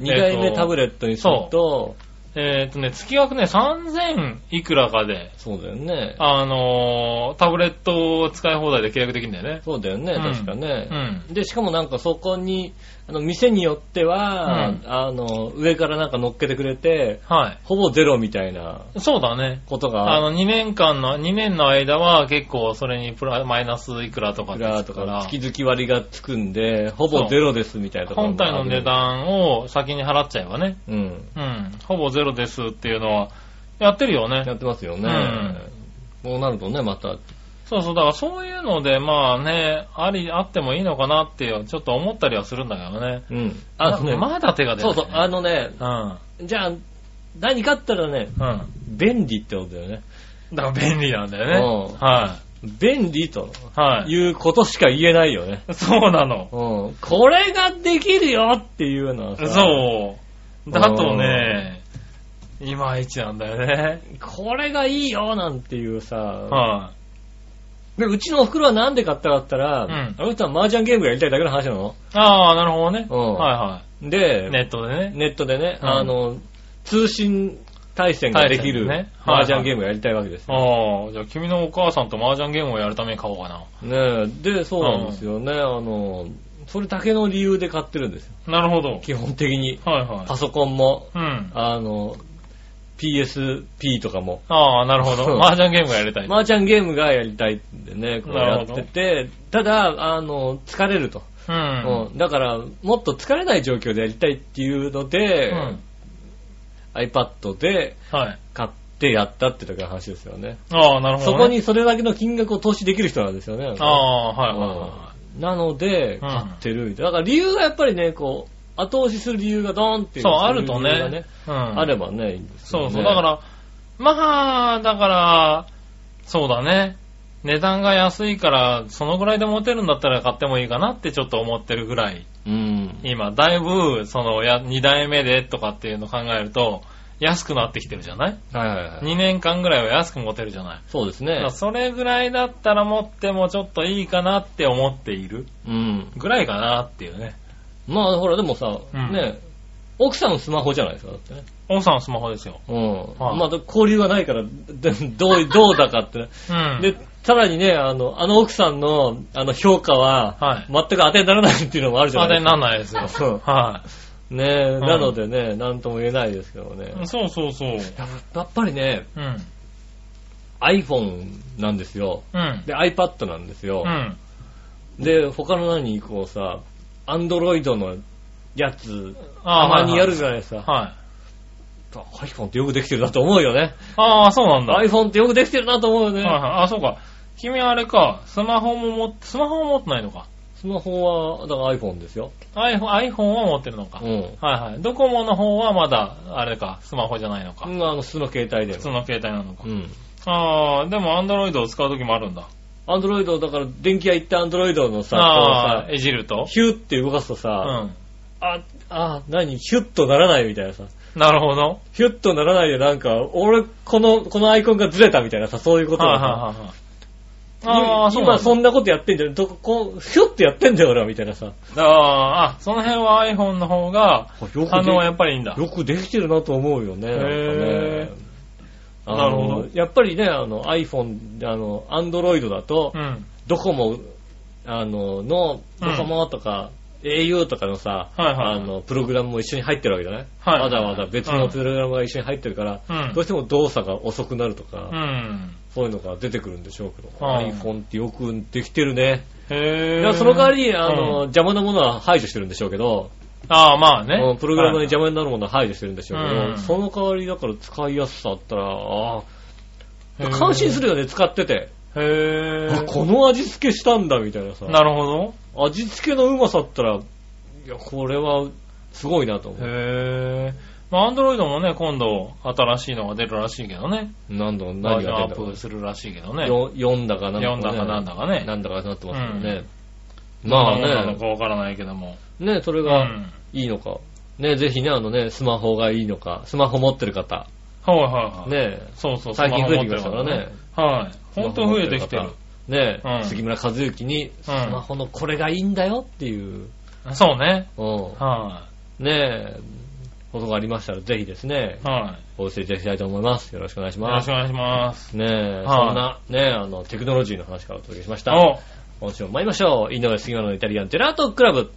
C: 2台目タブ
B: レ
C: レットにすると、
B: えっ、とね、月額ね、3000いくらかで、
C: そうだよね。
B: あのー、タブレットを使い放題で契約できるんだよね。
C: そうだよね、
B: うん
C: 確かね
B: う。ん。
C: で、しかもなんかそこに、あの、店によっては、
B: うん
C: あの、上からなんか乗っけてくれて、
B: は。
C: ほぼゼロみたいない
B: そうだね。
C: こと
B: あ
C: が、
B: の、2年間の、2年の間は結構それにプラマイナスいくらとか
C: い
B: って
C: くら
B: つ
C: と
B: く
C: か、月々割がつくんで、ほぼゼロですみたいなところ
B: 本
C: もあ
B: 体
C: る
B: の値。段を先に払っちゃえばね、
C: うん。
B: うん、ほぼゼロですっていうのは、やってるよね。
C: やってますよね。こうなるとね、また、
B: そうそう、だからそういうので、まあね、あり、あってもいいのかなっていう、ちょっと思ったりはするんだけどね。
C: うん。
B: あ、
C: あ、ね、
B: まだ手が出な
C: そ、
B: いう
C: そう、あのね、
B: うん。
C: じゃあ、何かあったらね、
B: うん。
C: 便利ってことだよね。
B: だから便利なんだよ
C: う
B: ね。
C: ん
B: は
C: 便利と
B: い。はい
C: いうことしか言えないよね。。
B: そうなの。
C: うん。これができるよっていうのはさ、
B: そう。だとね、いまいちなんだよね。
C: これがいいよなんていうさ、
B: は
C: で、うちのお袋はなんで買ったかって言ったら、
B: うん
C: あの人は麻雀ゲームがやりたいだけの話なの。
B: い。ああ、なるほどね。
C: うん
B: は
C: で、
B: いはい。ネットでね。
C: ネットでね、
B: うん
C: あの、通信対戦ができる
B: 対戦ねはい
C: 麻雀ゲームがやりたいわけですよ。
B: ああ、じゃあ君のお母さんと麻雀ゲームをやるために買おうかな。
C: ねえで、そうなんですよね、あの、それだけの理由で買ってるんですよ。
B: なるほど。
C: 基本的に。
B: はいはい
C: パ。ソコンも、
B: うん。
C: あの、PSP とかも。
B: ああ、なるほ
C: そう
B: ど。麻雀ゲームがやりたい。
C: 麻雀ゲームがやりたいんでね、こう
B: な
C: や
B: る
C: っ
B: ほど
C: てて、ただ、あの、疲れると。
B: うん。
C: うんだから、もっと疲れない状況でやりたいっていうので、
B: うん。
C: iPad で
B: はい。
C: 買ってやったってだけの話ですよね。
B: ああ、なるほど、
C: そ
B: ね。
C: こにそれだけの金額を投資できる人なんですよね。
B: ああ、はいはいは
C: うんなので、
B: ん
C: 買ってるみたいな。だから理由がやっぱりね、こう、後押しする理由がドーンって
B: い。
C: い
B: そう、あると
C: 理由が
B: ね。うん。
C: あればね、いいんです
B: そ
C: よね。
B: うそう。だから、まあ、だから、そうだね。値段が安いから、そのぐらいで持てるんだったら買ってもいいかなってちょっと思ってるぐらい。
C: うん。
B: 今、だいぶ、その、や、2代目でとかっていうのを考えると、安くなってきてるじゃない
C: はいはいはい。
B: ?2 年間ぐらいは安く持てるじゃない
C: そうです
B: [LAUGHS] だか
C: ね
B: ら。それぐらいだったら持ってもちょっといいかなって思っている
C: うん。
B: ぐらいかなっていうね。
C: まあ、ほら、でもさ、
B: うん
C: ね、奥さんのスマホじゃないですか、だってね。
B: 奥さんはスマホですよ。
C: うん。
B: はい
C: まあ、交流がないから、でど
B: [LAUGHS]
C: う、どうだかってね。
B: うん。
C: で、さらにね、あの、あの奥さんの、あの、評価は、
B: はい
C: 全く当てにならないっていうのもあるじゃ
B: 当
C: な
B: てに
C: いで
B: な
C: す
B: らないですよ。
C: か。うん
B: は
C: ねえ、
B: ん
C: なのでね、なんとも言えないですけどね。
B: い。そうそうそう。
C: ややっぱりね、
B: うん。
C: iPhone なんですよ。
B: うん。
C: で、iPad なんですよ
B: う。ん。
C: で、他の何、こうさ、Android のやつ、
B: あ
C: た
B: ー
C: まにやるじゃないですか。
B: はい。
C: iPhone ってよくできてるなと思うよね。
B: ああ、そうなんだ。はい
C: iPhone ってよくできてるなと思うよね。
B: はい。あ、そうか。君はあれか、スマホも持って、スマホも持ってないのか。
C: スマホは、だから iPhone ですよ。
B: iPhone, iPhone は持ってるのか。
C: う
B: はい
C: ん。
B: はい。ドコモの方はまだ、あれか、スマホじゃないのか。
C: うんあの、普通の携帯で
B: 普。通の携帯なのか
C: う。ん。
B: ああ、でも Android を使うときもあるんだ。
C: アンドロイド、だから、電気屋行ったアンドロイドのさ、
B: ああ
C: こ
B: ー、いじると
C: うさ、ヒュッて動かすと
B: う
C: さ、
B: ん。
C: あ、あ、何ヒュッとならないみたいなさ。
B: なるほど。
C: ヒュッとならないでなんか、俺、この、このアイコンがずれたみたいなさ、そういうこと
B: はい
C: が
B: はい
C: さ
B: はいはい。ああ、そうなん
C: 今
B: だ
C: そんなことやってんじゃん。どこ、ひょっとやってんだよ、俺は、みたいなさ。
B: あーあ、その辺は iPhone の方が反応はやっぱりいいんだ。
C: よくできてるなと思うよね。
B: へ
C: なんかね
B: なるほど
C: あのやっぱりね、あの iPhone、あの、Android だと
B: う、ん。
C: ドコモ、あの、の、
B: うん
C: ドコモとか、au とかのさ、
B: はいはい
C: あの、プログラムも一緒に入ってるわけじゃない、
B: はい
C: わざわざ別のプログラムが一緒に入ってるから、
B: うん
C: どうしても動作が遅くなるとか、
B: うん。
C: そういうのが出てくるんでしょうけど、
B: ああ
C: iPhone ってよくできてるね。
B: へ
C: い
B: え。
C: やその代わり、あの、
B: うん
C: 邪魔なものは排除してるんでしょうけど、
B: ああ、まあ
C: う
B: ね
C: ん。プログラムに
B: はい
C: 邪魔になるものは排除してるんでしょうけど、
B: うん
C: その代わりだから使いやすさあったら、ああ、
B: へー
C: 感心するよね、使ってて。
B: へ
C: あ
B: え。
C: この味付けしたんだ、みたいなさ。
B: なるほど。
C: 味付けのうまさったら、いや、これは、すごいなと思う。
B: へえ。まあ、アンドロイドもね、今度、新しいのが出るらしいけどね。
C: 何度も
B: バー
C: 何
B: ジョン
C: が
B: ア
C: 出
B: ッ
C: たか
B: プするらしいけどね。
C: よ4だかなんだか、
B: 4だかなんだかね
C: なんだかなってますもんね。ま
B: ま
C: あ
B: あね。なの
C: ね
B: か、わからないけども。
C: ね、それ
B: う
C: が
B: ん。
C: いいのか。ね、ぜひね、あのね、スマホがいいのか、スマホ持ってる方、
B: はいはいはい。
C: ね、
B: そうそう、
C: 最近
B: スマホ持って
C: 増えてきましたからね
B: からね。はい。本当増えてきてる。
C: ね、
B: うん
C: 杉村和幸に、スマホのこれがいいんだよっていう、
B: そうね。
C: うん
B: は
C: ね、ことがありましたら、ぜひですね
B: い。、はい。
C: お寄せいただきたいと思います。よろしくお願いし
B: よろ
C: ま
B: し
C: す
B: くお。願いします。
C: ねえ、
B: はい
C: そんな、ねえ、あの、テクノロジーの話からお届けしました。
B: お
C: 今週も参りましょう。井上杉村のイタリアンジェラートクラブ。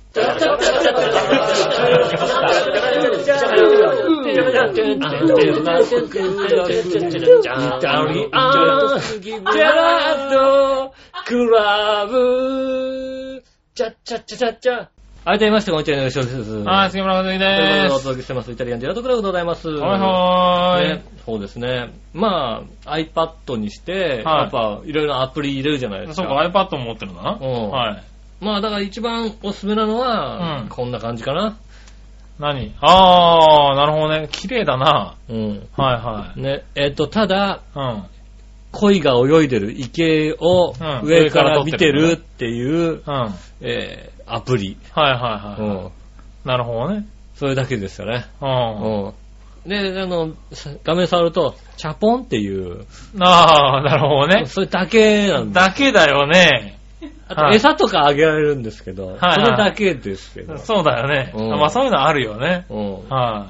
C: 改めまして、こんにちは、井上翔です。
B: はい、杉村和樹
C: という
B: で
C: ことでお
B: す。
C: 届けしてます。イタリアンジェラートクラブでございます。
B: はいはーい
C: ね。、そうですね。まあ、iPad にして、
B: はい
C: やっぱ、いろいろアプリ入れるじゃないです
B: そ
C: か。
B: うか、iPad も持ってるんだな。
C: うん
B: はい。
C: まあ、だから一番おすすめなのは、
B: うん
C: こんな感じかな。
B: 何あー、なるほどね。綺麗だな。
C: うん。
B: は
C: ね、えっ、と、ただ、
B: いはい。
C: 鯉が泳いでる池
B: う
C: を
B: ん
C: 上から
B: 上から撮って
C: 見
B: る
C: てるっていう、
B: うん。うん。はい
C: えーアプリ。
B: はいうは
C: ん。
B: い。なるほどね。
C: それだけですよね。
B: う
C: うん。で、あの、さ画面触ると、チャポンっていう、
B: ん。ああ、なるほどね。
C: それだけなんで
B: だけだよね。
C: あと
B: はい
C: 餌とかあげられるんですけ
B: は
C: ど、
B: い
C: それだけですけど、
B: そうだよね。
C: うん
B: まあそういうのあるよね。
C: うん
B: は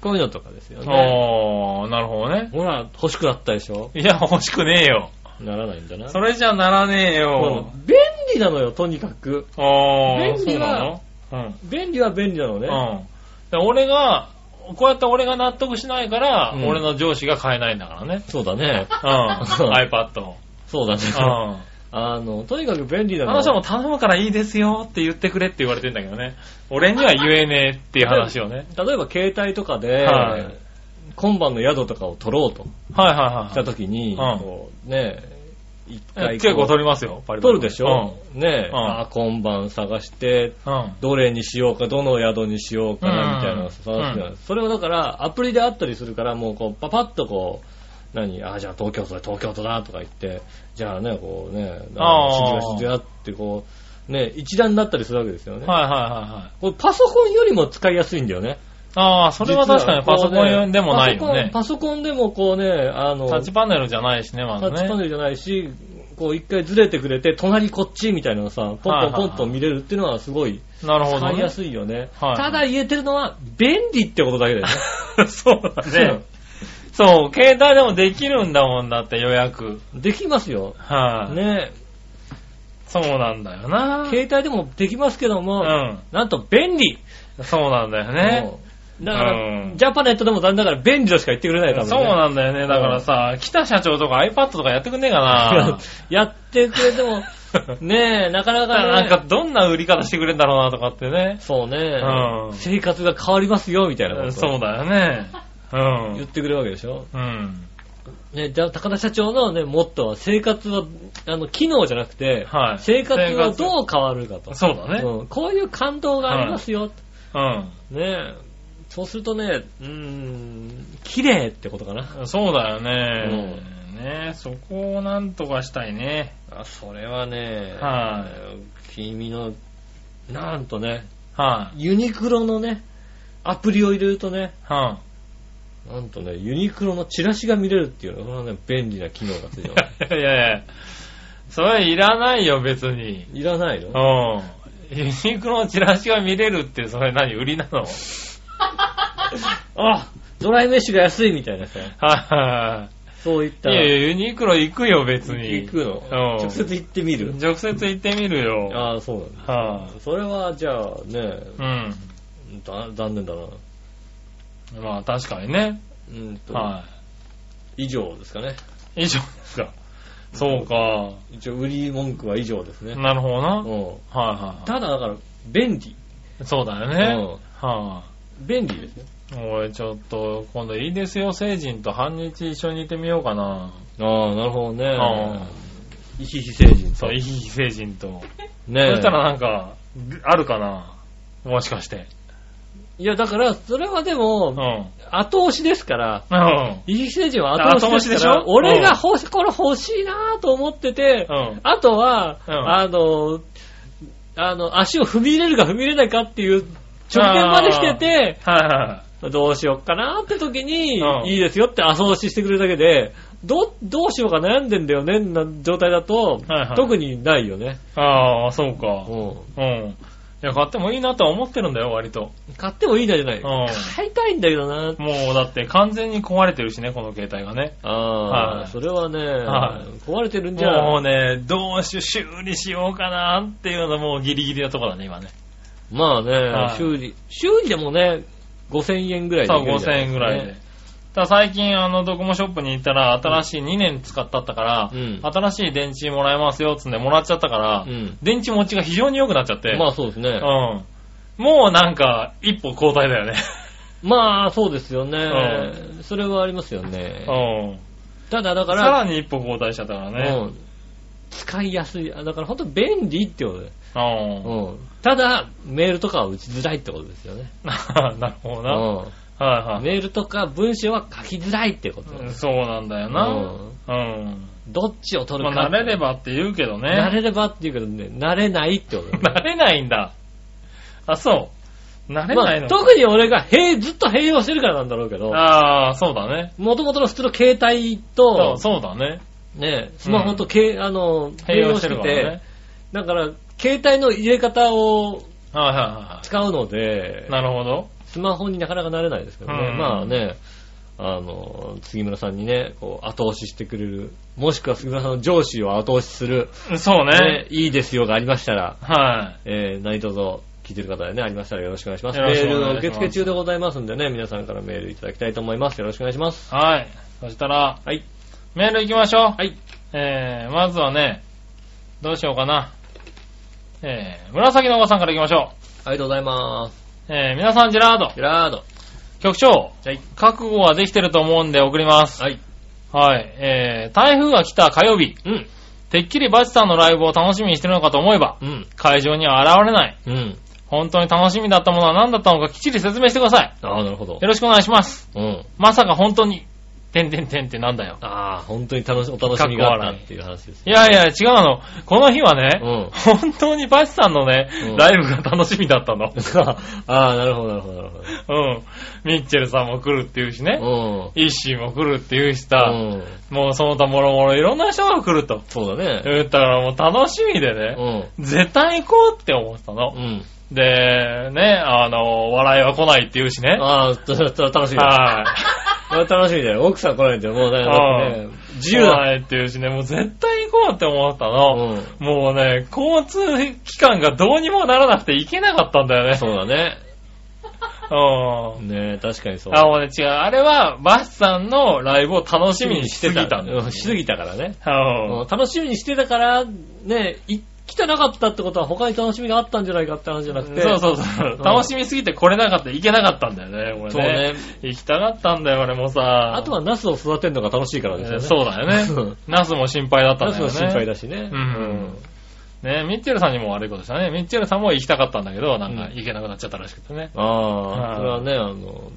C: こういうのとかですよ
B: い。
C: ね。
B: おー、なるほどね。
C: ほら、欲しくなったでしょ
B: いや、欲しくねえよ。
C: ならないんだな。
B: それじゃならねえ
C: も
B: よ。
C: う便利なのよ、とにかく。
B: おー、
C: 便利は
B: そうなの
C: 便利は便利なのね。
B: うん。うん。で俺が、こうやって俺が納得しないから、
C: うん
B: 俺の上司が買えないんだからね。
C: そうだね。
B: うん。iPad
C: [LAUGHS]
B: を。
C: そうだね。 [LAUGHS]
B: うん。
C: あの、とにかく便利なの
B: あの人も頼むからいいですよって言ってくれって言われてんだけどね。俺には言えねえっていう話をね。
C: 例えば携帯とかで、
B: はい
C: 今晩の宿とかを取ろうと
B: はいはい
C: し
B: は
C: た時に、
B: うん
C: こうね、一
B: い。
C: 回
B: 結構
C: こう
B: 取りますよ、パリパ
C: 取
B: リ
C: るでしょ、ね、
B: うん
C: あ今晩探して、
B: うん。うん。
C: どれにしようか、どの宿にしようか
B: うん
C: な、みたいなのを探すじゃない
B: うん
C: それはだから、アプリであったりするから、もう、こう、パパッとこう、何、あ、じゃあ東京都だ、東京都だ、とか言って、じゃあね、こうね、
B: あー
C: あの指示が指示だって、こう、ね、一覧になったりするわけですよね。
B: はいはいはいはい。
C: これパソコンよりも使いやすいんだよね。
B: ああ、それは確かに
C: 実は
B: パソコンでもないよね。
C: パソコンパソコンでもこうね、あの、
B: タッチパネルじゃないしね、ま
C: タ
B: ず
C: ッチパネ
B: ね。
C: ルじゃないし、こう一回ずれてくれて、隣こっちみたいなのさ、ポンポンポンポン見れるっていうのはすごい
B: なるほど
C: 使い
B: ね
C: や。すいよね。
B: はい
C: ただ言えてるのは、便利ってことだけだよね。
B: そうだ [LAUGHS] ね。そう、携帯でもできるんだもんだって予約。
C: できますよ。
B: はい。
C: ね
B: そうなんだよな。
C: 携帯でもできますけども、
B: う
C: なんと便利。
B: ん。そうなんだよね。
C: うんだから、
B: うん
C: ジャパネットでも残念ながら便利としか言ってくれないから、
B: そうなんだよね。だからさ、北社長とか iPad とかやってくんねえかな。
C: [LAUGHS] やってくれ
B: [LAUGHS]
C: ても、ねえ、なか
B: だ
C: な
B: か
C: か、
B: ら [LAUGHS]
C: ね、
B: なんかどんな売り方してくれんだろうなとかってね。
C: そうね、
B: うん
C: 生活が変わりますよ、みたいなことを
B: そうだよね。う
C: 言っ
B: ん。
C: てくれるわけでしょ。
B: うん。
C: ね、じゃあ高田社長のね、モットーは生活は、あの、機能じゃなくて、
B: はい
C: 生活はどう変わるかと。
B: そうだね。
C: うんこういう感動がありますよ。
B: うん。
C: ねえそうするとね、うーん、綺麗ってことかな。
B: そうだよね。ねそこをなんとかしたいね。
C: あそれはね、
B: は
C: 君の、なんとね、
B: はい。
C: ユニクロのね、アプリを入れるとね、
B: は
C: なんとね、ユニクロのチラシが見れるっていうのがね、便利な機能がついてます。
B: い。いやいや [LAUGHS] それいらないよ、別に。
C: いらないの
B: うん。ユニクロのチラシが見れるって、それ何売りなのはい
C: [LAUGHS] あ、ドライメッシュが安いみたいなさ、
B: は
C: そういっ
B: い
C: た。
B: はい。いやいや、ユニクロ行くよ、別に。
C: 行くの
B: うん
C: 直接行ってみる
B: 直接行ってみるよ。
C: ああ、そうなんだ。
B: は
C: それは、じゃあね、
B: い。うん。
C: だ残念だな。
B: まあ、確かにね。
C: うんと、
B: は
C: 以上ですかね。
B: い。以上ですか。そうか。
C: 一応、売り文句は以上ですね。
B: なるほどな。はい
C: うん
B: はいは
C: ただ、だから、便利。
B: い。そうだよ
C: う
B: ね
C: ん。
B: は
C: 便利ですね。
B: い。おい、ちょっと、今度いいですよ、成人と半日一緒にいてみようかな。
C: ああ、なるほど
B: うん
C: ね。イヒヒ成人
B: そう、いい成人と。
C: ね
B: そしたらなんか、あるかなもしかして。
C: いや、だから、それはで
B: う
C: も、
B: ん。
C: 後押しですから、
B: うん。
C: イヒヒ成人は後押しですから
B: 後押しでしょ
C: 俺が欲し、これ欲しいなと思ってて、
B: うん。
C: あとは、
B: うん
C: あの、あの、足を踏み入れるか踏み入れないかっていう直前まで来てて、
B: はいは
C: どうしよっかなって時に、
B: うん
C: いいですよって後押ししてくれるだけで、ど、どうしようか悩んでんだよね、な状態だと、
B: はいはい
C: 特にないよね。
B: い。ああ、そうか。
C: う
B: うん。いや、買ってもいいなとは思ってるんだよ、割と。
C: ん買ってもいいなじゃな
B: う
C: い。
B: ん
C: 買いたいんだけどな。
B: もう、だって完全に壊れてるしね、この携帯がね。
C: ああ、
B: はい
C: それはね、
B: はい
C: 壊れてるんじゃ
B: もうね、どうしよう、修理しようかなっていうのもうギリギリなとこだね、今ね。
C: まあね、
B: はい
C: 修理、修理でもね、5000円ぐらいで
B: さあ、
C: いけるじゃ
B: 5000
C: ない
B: 円ぐらいで。
C: ね
B: ただ最近、あの、ドコモショップに行ったら、新しい2年使ったったから、
C: うん
B: 新しい電池もらえますよ、つってもらっちゃったから、
C: うん
B: 電池持ちが非常に良くなっちゃって、
C: まあそうですね。
B: うん。もうなんか、一歩後退だよね。
C: まあ、そうですよね。それはありますよね。
B: うん。
C: ただ、だか
B: さら
C: ら、
B: に一歩後退しちゃったから
C: う
B: ね。
C: ん使いやすい。あだから、本当便利ってことで。
B: うん。 [LAUGHS]
C: うんただ、メールとかは打ちづらいってことですよね。
B: なるほどな。は
C: う
B: い
C: ん
B: はい。
C: メールとか文章は書きづらいってこと。
B: そうなんだよな。うん。
C: どっちを取る
B: ま
C: か。
B: あ、慣れればって言うけどね。
C: 慣れればっていうけどね、慣れないってことだ
B: [LAUGHS]
C: ね。
B: 慣れないんだ。あ、そう。慣れない
C: まあ
B: の、
C: 特に俺が、へずっと併用してるからなんだろうけど、
B: ああ、そうだね。
C: もともとの普通の携帯
B: そう
C: と、
B: そうだね。
C: ね、スマホとけ、あの、併
B: 併
C: 用
B: 用
C: し
B: してて
C: て
B: るからね。
C: だから、携帯の入れ方を
B: はいはいは
C: 使うの
B: い。
C: で、
B: なるほど。
C: スマホになかなかなれないですけどね。
B: うん
C: まあね、あの、杉村さんにね、こう、後押ししてくれる、もしくは杉村さんの上司を後押しする、
B: そう
C: ね
B: ね。、
C: いいですよがありましたら、
B: は
C: えー、何卒聞いてる方でね、ありましたらよろしくお願いします。
B: よろ
C: メ
B: し
C: ー
B: くお願いし
C: ル
B: ます
C: を受付中でございますんでね、皆さんからメールいただきたいと思います。よろしくお願いします。
B: い。はい。そしたら、
C: はい。
B: メール行きましょう。
C: はい。
B: えー、まずはね、どうしようかな。えー、紫のおばさんから行きましょ
C: ありがとうございます。
B: う。えー、皆さん、ジェラード。
C: ジェラード。
B: 局長。
C: はい。
B: 覚悟はできてると思うんで送ります。
C: はい。
B: はい。えー、台風が来た火曜日。
C: うん。
B: てっきりバチさんのライブを楽しみにしてるのかと思えば、
C: うん。
B: 会場には現れない。
C: うん。
B: 本当に楽しみだったものは何だったのかきっちり説明してください。
C: ああ、なるほど
B: よ。ろしくお願いします。
C: うん。
B: まさか本当に、てんてんてんってなんだよ。
C: ああ、本当に楽し、お楽しみがあったっていう話です
B: い。やいや、違うの。この日はね、
C: うん
B: 本当にバチさんのね、
C: うん
B: ライブが楽しみだったの。
C: ああ、なるほど、なるほど、なるほど。
B: うん。ミッチェルさんも来るっていうしね、
C: う
B: イッシーも来るっていうしさ、
C: ん。うん。
B: もうその他もろもろいろんな人が来ると。
C: そうだね。
B: 言ったからもう楽しみでね、
C: う
B: 絶対行こうって思ってたの。
C: ん。うん。
B: で、ね、あの、笑いは来ないって言うしね。
C: ああ、たた [LAUGHS] 楽しみだ。
B: はい。
C: これ楽しみだよ。奥さん来ないんだよ。もうだからね
B: うん、
C: 自由
B: 来
C: だ。
B: ないって言うしね、もう絶対行こうって思ったの。
C: うん。
B: もうね、交通機関がどうにもならなくて行けなかったんだよね。
C: そうだね。
B: うん。
C: ねえ、確かにそう。
B: あ、もうね、違う。あれは、バスさんのライブを楽しみにしすぎたんだよ。
C: うんしすぎたからね。
B: うん
C: うん楽しみにしてたから、ねえ、い来てなかったってことは他に楽しみがあったんじゃないかって話じゃなくて。
B: そうそうそう。
C: うん
B: 楽しみすぎて来れなかった、行けなかったんだよね、俺ね。
C: そうね。
B: 行きたかったんだよ、俺もさ。
C: あとはナスを育てるのが楽しいからですよね。
B: そうだよ
C: うん
B: ね。ナスも心配だったん
C: ナ
B: だ
C: ス
B: よ
C: も
B: ね。
C: 心配だしね。
B: うん。ねミッチェルさんにも悪いことしたね。ミッチェルさんも行きたかったんだけど、なんか
C: うん
B: 行けなくなっちゃったらしくてね。
C: ああ、それは
B: はい
C: ね、あの、僕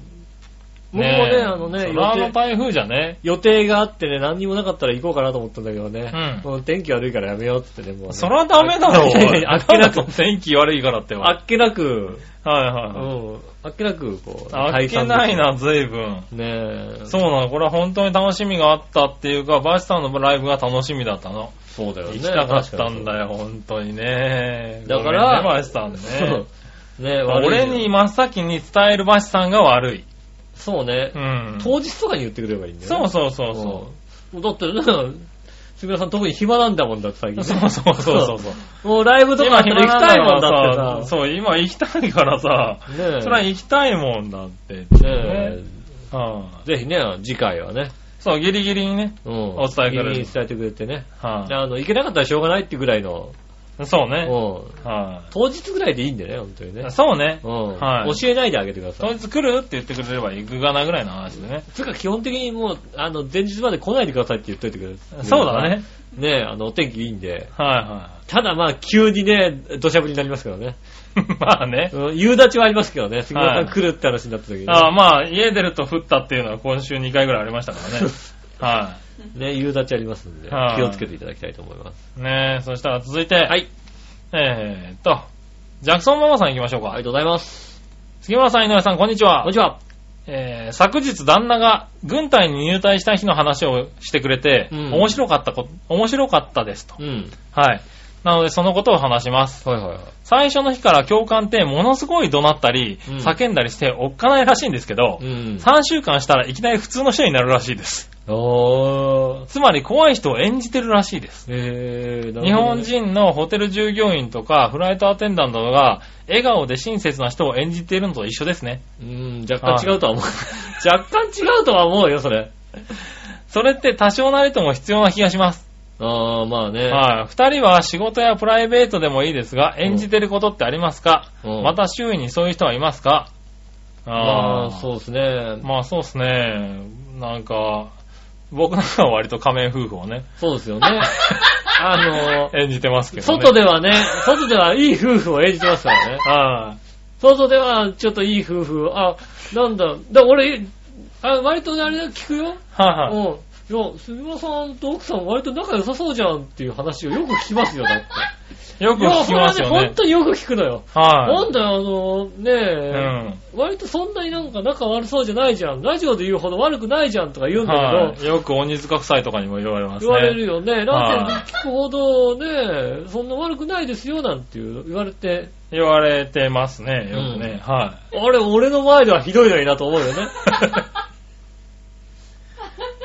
C: もね、あのね、
B: そ
C: 予
B: れはあの
C: 定
B: 台風じゃね。
C: 予定があってね、何にもなかったら行こうかなと思ったんだけどね。
B: うん
C: も天気悪いからやめようってね、もうね、
B: それはダメだろ
C: いやいやいや
B: う。
C: あっけなく、
B: 天気悪いからって
C: あ
B: は。
C: っけなく、
B: はいうはい。
C: ん、あっけなく、こう、
B: あっ
C: 解
B: け
C: 散
B: ないな、随分。
C: ねえ。
B: そうなの、これは本当に楽しみがあったっていうか、バチさんのライブが楽しみだったの。
C: そうだよ
B: 行
C: ね。
B: きたかったんだよ、本当にね。
C: だから
B: ごめんねバチさん
C: 確か
B: ね。
C: に。そうねえ、悪い
B: 俺に、真っ先に伝えるバチさんが悪い。
C: そうね
B: う、ん。
C: 当日とかに言ってくればいいんだよ
B: そ
C: ね。
B: うそうそうそ
C: うん。だって [LAUGHS] ね、杉村さん特に暇なんだもんだって最近。
B: う。 [LAUGHS] そうそうそうそうそう。
C: [LAUGHS] もうライブとか
B: 今
C: に行きたいもんだってさ。
B: そう、今行きたいからさ、
C: ねえ。
B: それは行きたいもんだって。
C: ね
B: ねは
C: え。ぜひね、次回はね。
B: いそう、ギリギリにね。
C: うん。
B: お伝えくれる
C: 君に伝えてくれてね。
B: は
C: あの、行けなかったらしょうがないってぐらいの、
B: い。そう
C: う
B: ね。
C: ん。
B: は
C: 当日ぐらいでいいんだよね、本当にね
B: い。。そうね。
C: うん。
B: はい
C: 教えないであげてくださ
B: 当
C: い。
B: 日来るって言ってくれれば行くがなぐらいの話でね。
C: つうか基本的にもう、あの、前日まで来ないでくださいって言っといてくれ
B: そうだ。ね。
C: ねえ、あの、お天気いいんで。
B: はいは
C: ただまあ、急にね、土砂降りになりますけどね。
B: い。 [LAUGHS] まあね。
C: うん夕立はありますけどね。杉村さ
B: は
C: ん
B: い
C: 来るって話になった時にね、
B: ああまあ、家出ると降ったっていうのは今週2回ぐらいありましたから [LAUGHS] ね。は
C: ね、夕立ありますんで、
B: はい
C: 気をつけていただきたいと思います。
B: い。ねえ、そしたら続いて。
C: は。
B: はいえーっと、ジャクソンママさん行きましょうか。
C: ありがとうございます。
B: 杉村さん、井上さん、こんにちは。
C: こんにちは。
B: えー昨日旦那が軍隊に入隊した日の話をしてくれて、
C: うん
B: 面白かったこ、面白かったですと。
C: うん。
B: はい。なのでそのことを話します。
C: はいはいはい。
B: 最初の日から教官ってものすごい怒鳴ったり、
C: うん
B: 叫んだりしておっかないらしいんですけど、
C: うん。
B: 3週間したらいきなり普通の人になるらしいです。
C: おー。
B: つまり怖い人を演じてるらしいです。
C: えー、な
B: 日
C: るほど
B: 本
C: ね。
B: 人のホテル従業員とかフライトアテンダントが笑顔で親切な人を演じているのと一緒ですね。
C: うん、若干違うとは思う。若干違うとは思うよ、それ。
B: それって多少なりとも必要な気がします。
C: [LAUGHS] あー、まあね。
B: はい。二人は仕事やプライベートでもいいですが、演じてることってありますか、
C: うん
B: また周囲にそういう人はいますか
C: まあ、
B: う。
C: そうですね。
B: まあそうですね。なんか、僕なんかは割と仮面夫婦をね、
C: そうです
B: [LAUGHS]
C: よね。あの、
B: 演じてますけどね。
C: 外ではね、外ではいい夫婦を演じてますからね。
B: はい。
C: 外ではちょっといい夫婦、あ、なんだ、だ俺、あ割とねあれだ聞くよ。
B: はいはい。
C: うん。いや、杉村さんと奥さん割と仲良さそうじゃんっていう話をよく聞きますよ、だって。
B: よく聞きますよ
C: いや、それはね、
B: ね
C: 本。当によく聞くのよ。な
B: は
C: んだよ、あの、ね
B: い。う
C: え、
B: ん。
C: 割とそんなになんか仲悪そうじゃないじゃん。ラジオで言うほど悪くないじゃんとか言うんだけど、
B: はい。よく鬼塚夫妻とかにも言われますね。
C: 言われるよね。ラジオ
B: は
C: で聞くほどね、そんな悪くないですよ、なんていう言われて、
B: 言われてますね、よくね。は
C: あれ、俺の前ではひどいのになと [LAUGHS] 思うよね。
B: い。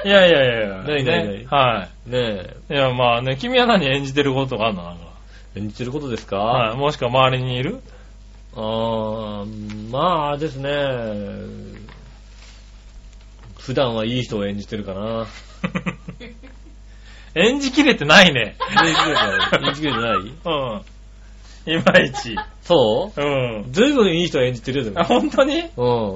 B: いやいやいやいや。
C: ないないない
B: ねは
C: ねえ。
B: い。いや、まあね、君は何演じてることがあるのなんか。
C: 演じてることですか、
B: はい。もしくは周りにいる [LAUGHS]
C: あー、まあですね。普段はいい人を演じてるかな。
B: 演じきれてないね。
C: 演じきれて
B: [LAUGHS]
C: ない。演じきれてない
B: うん。いまいち。
C: そ
B: うん
C: う。ずいぶんいい人を演じてるよ、で
B: あ、
C: も。
B: 本当に
C: うん。
B: あ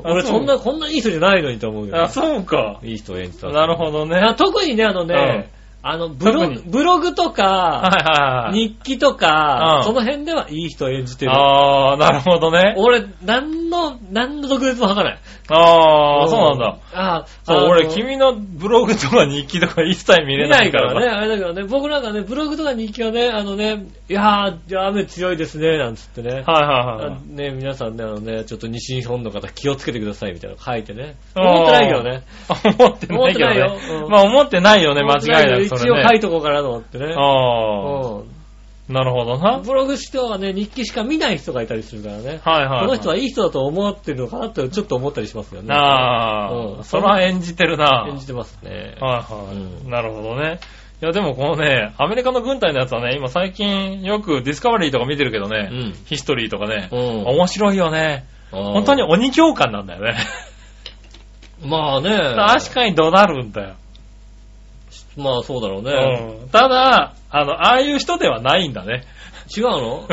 C: 俺
B: そう
C: そんな、こんないい人じゃないのにと思うよ。
B: あ、そうか。
C: いい人を演じた。
B: なるほどね。
C: いや
B: はい
C: 特にね、あのね、あの、ブロ
B: 特
C: グ、
B: に
C: ブログとか、
B: はいはい。
C: 日記とか
B: う、ん
C: その辺ではいい人を演じてる。
B: あー、なるほどね。
C: 俺、何の、何の特別も吐かない。
B: あー、そうなんだ。。
C: あー
B: そう
C: あ、の
B: 俺、君のブログとか日記とか一切見れ
C: 見
B: な
C: ないい
B: か
C: からら
B: ね
C: ね、。あれだけどね、僕なんかね、ブログとか日記はね、あのね、いやー、じゃあ雨強いですね、なんつってね。
B: はいはいは
C: あ
B: い。
C: ね、皆さんね、あのね、ちょっと西日本の方気をつけてくださいみたいなの書いてね。
B: あー
C: 思ってないけどね。
B: あ思ってないけど
C: 思ってない
B: ね
C: よ。うん
B: まあ思ってないよね、間違いな
C: 思って
B: く
C: け
B: それ
C: ど一応
B: ね。
C: 書いとこうかなと思ってね。
B: あ
C: う
B: ー、なるほどな。
C: んブログ人はね、日記しか見ない人がいたりするからね。
B: はいはい。
C: この人
B: は
C: はいい人だと思ってるのかなってちょっと思ったりしますよね。
B: あ
C: う
B: あ、
C: ん
B: それは演じてるな。
C: 演じてますね。
B: はいはい、
C: うん
B: なるほどね。いやでもこのね、アメリカの軍隊のやつはね、今最近よくディスカバリーとか見てるけどね、
C: うん
B: ヒストリーとかね、
C: うん
B: 面白いよね。
C: 本
B: 本当に。鬼教官なんだよね。
C: まあね。
B: 確かに怒鳴るんだよ、
C: まあそうだろうね。
B: うんただ、あの、ああいう人ではないんだね。 [LAUGHS]
C: 違うの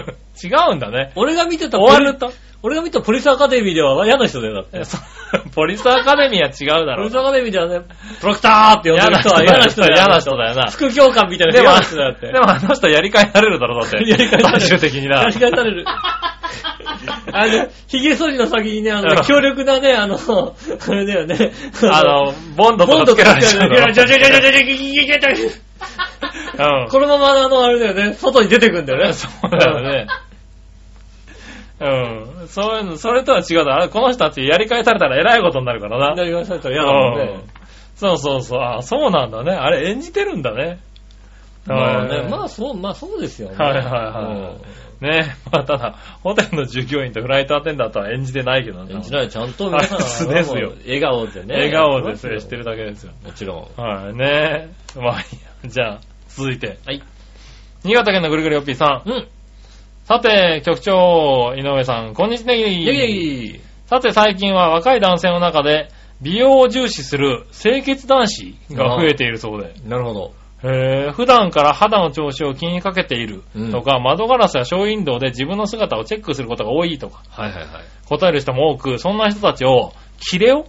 B: 違うんだね。
C: 俺が見てた
B: 終わると。
C: 俺が見たポリスアカデミーでは嫌な人だよ、だって。
B: えそう [LAUGHS] ポリスアカデミーは違うだろ
C: ポリ
B: う
C: ス。アカデミーではね、プロクターって呼んでる人は嫌
B: 嫌
C: な
B: な
C: 人
B: 人
C: だ
B: だよ
C: よ。
B: 嫌な人だよな
C: 副教官みたいな
B: [LAUGHS] で
C: 嫌
B: も
C: な人だよ、だっ、て。
B: でもあの人やり返されるだろう、だって。
C: やり返され
B: [LAUGHS] 最
C: る
B: 終的にな。
C: やり返される。あの、髭剃りの先にね、あの、強力なね、あの、これだよね。
B: あ、の、ボンドと
C: ボン
B: か
C: ド
B: つけら
C: か
B: れちゃうの
C: じゃじゃじゃじゃじゃじゃじゃじゃじゃ
B: うん。
C: このままあの、あれだよね、外に出てくんだよね。
B: そうだよね。うん。そういうの、それとは違うだろ。この人たちやり返されたら偉いことになるからな。
C: 左側されたら嫌だもんね。
B: そうそうそう。あ、そうなんだね。あれ演じてるんだね。
C: まあ
B: は
C: ね、
B: い
C: まあそう、まあそうですよね。
B: はいはいはね [LAUGHS] まあただ、ホテルの従業員とフライトアテンダーとは演じてないけど
C: うん
B: ね。
C: 演じられちゃんと皆さん、
B: あれ素ですよ
C: 笑顔でね。
B: 笑顔で接してるだけですよ。
C: もちろん。
B: はい、ね [LAUGHS] まあいいや。じゃあ、続いて。
C: はい。
B: 新潟県のぐるぐるよっぴーさん。
C: うん。
B: さて、局長、井上さん、こんにちは。
C: イェイイェイ
B: さて最近は若い男性の中で美容を重視する清潔男子が増えているそうで、
C: なるほど。
B: へー普段から肌の調子を気にかけている
C: うん
B: とか、窓ガラスやショーウィンドウで自分の姿をチェックすることが多いとか
C: はいはいはい。
B: 答える人も多く、そんな人たちをキレオ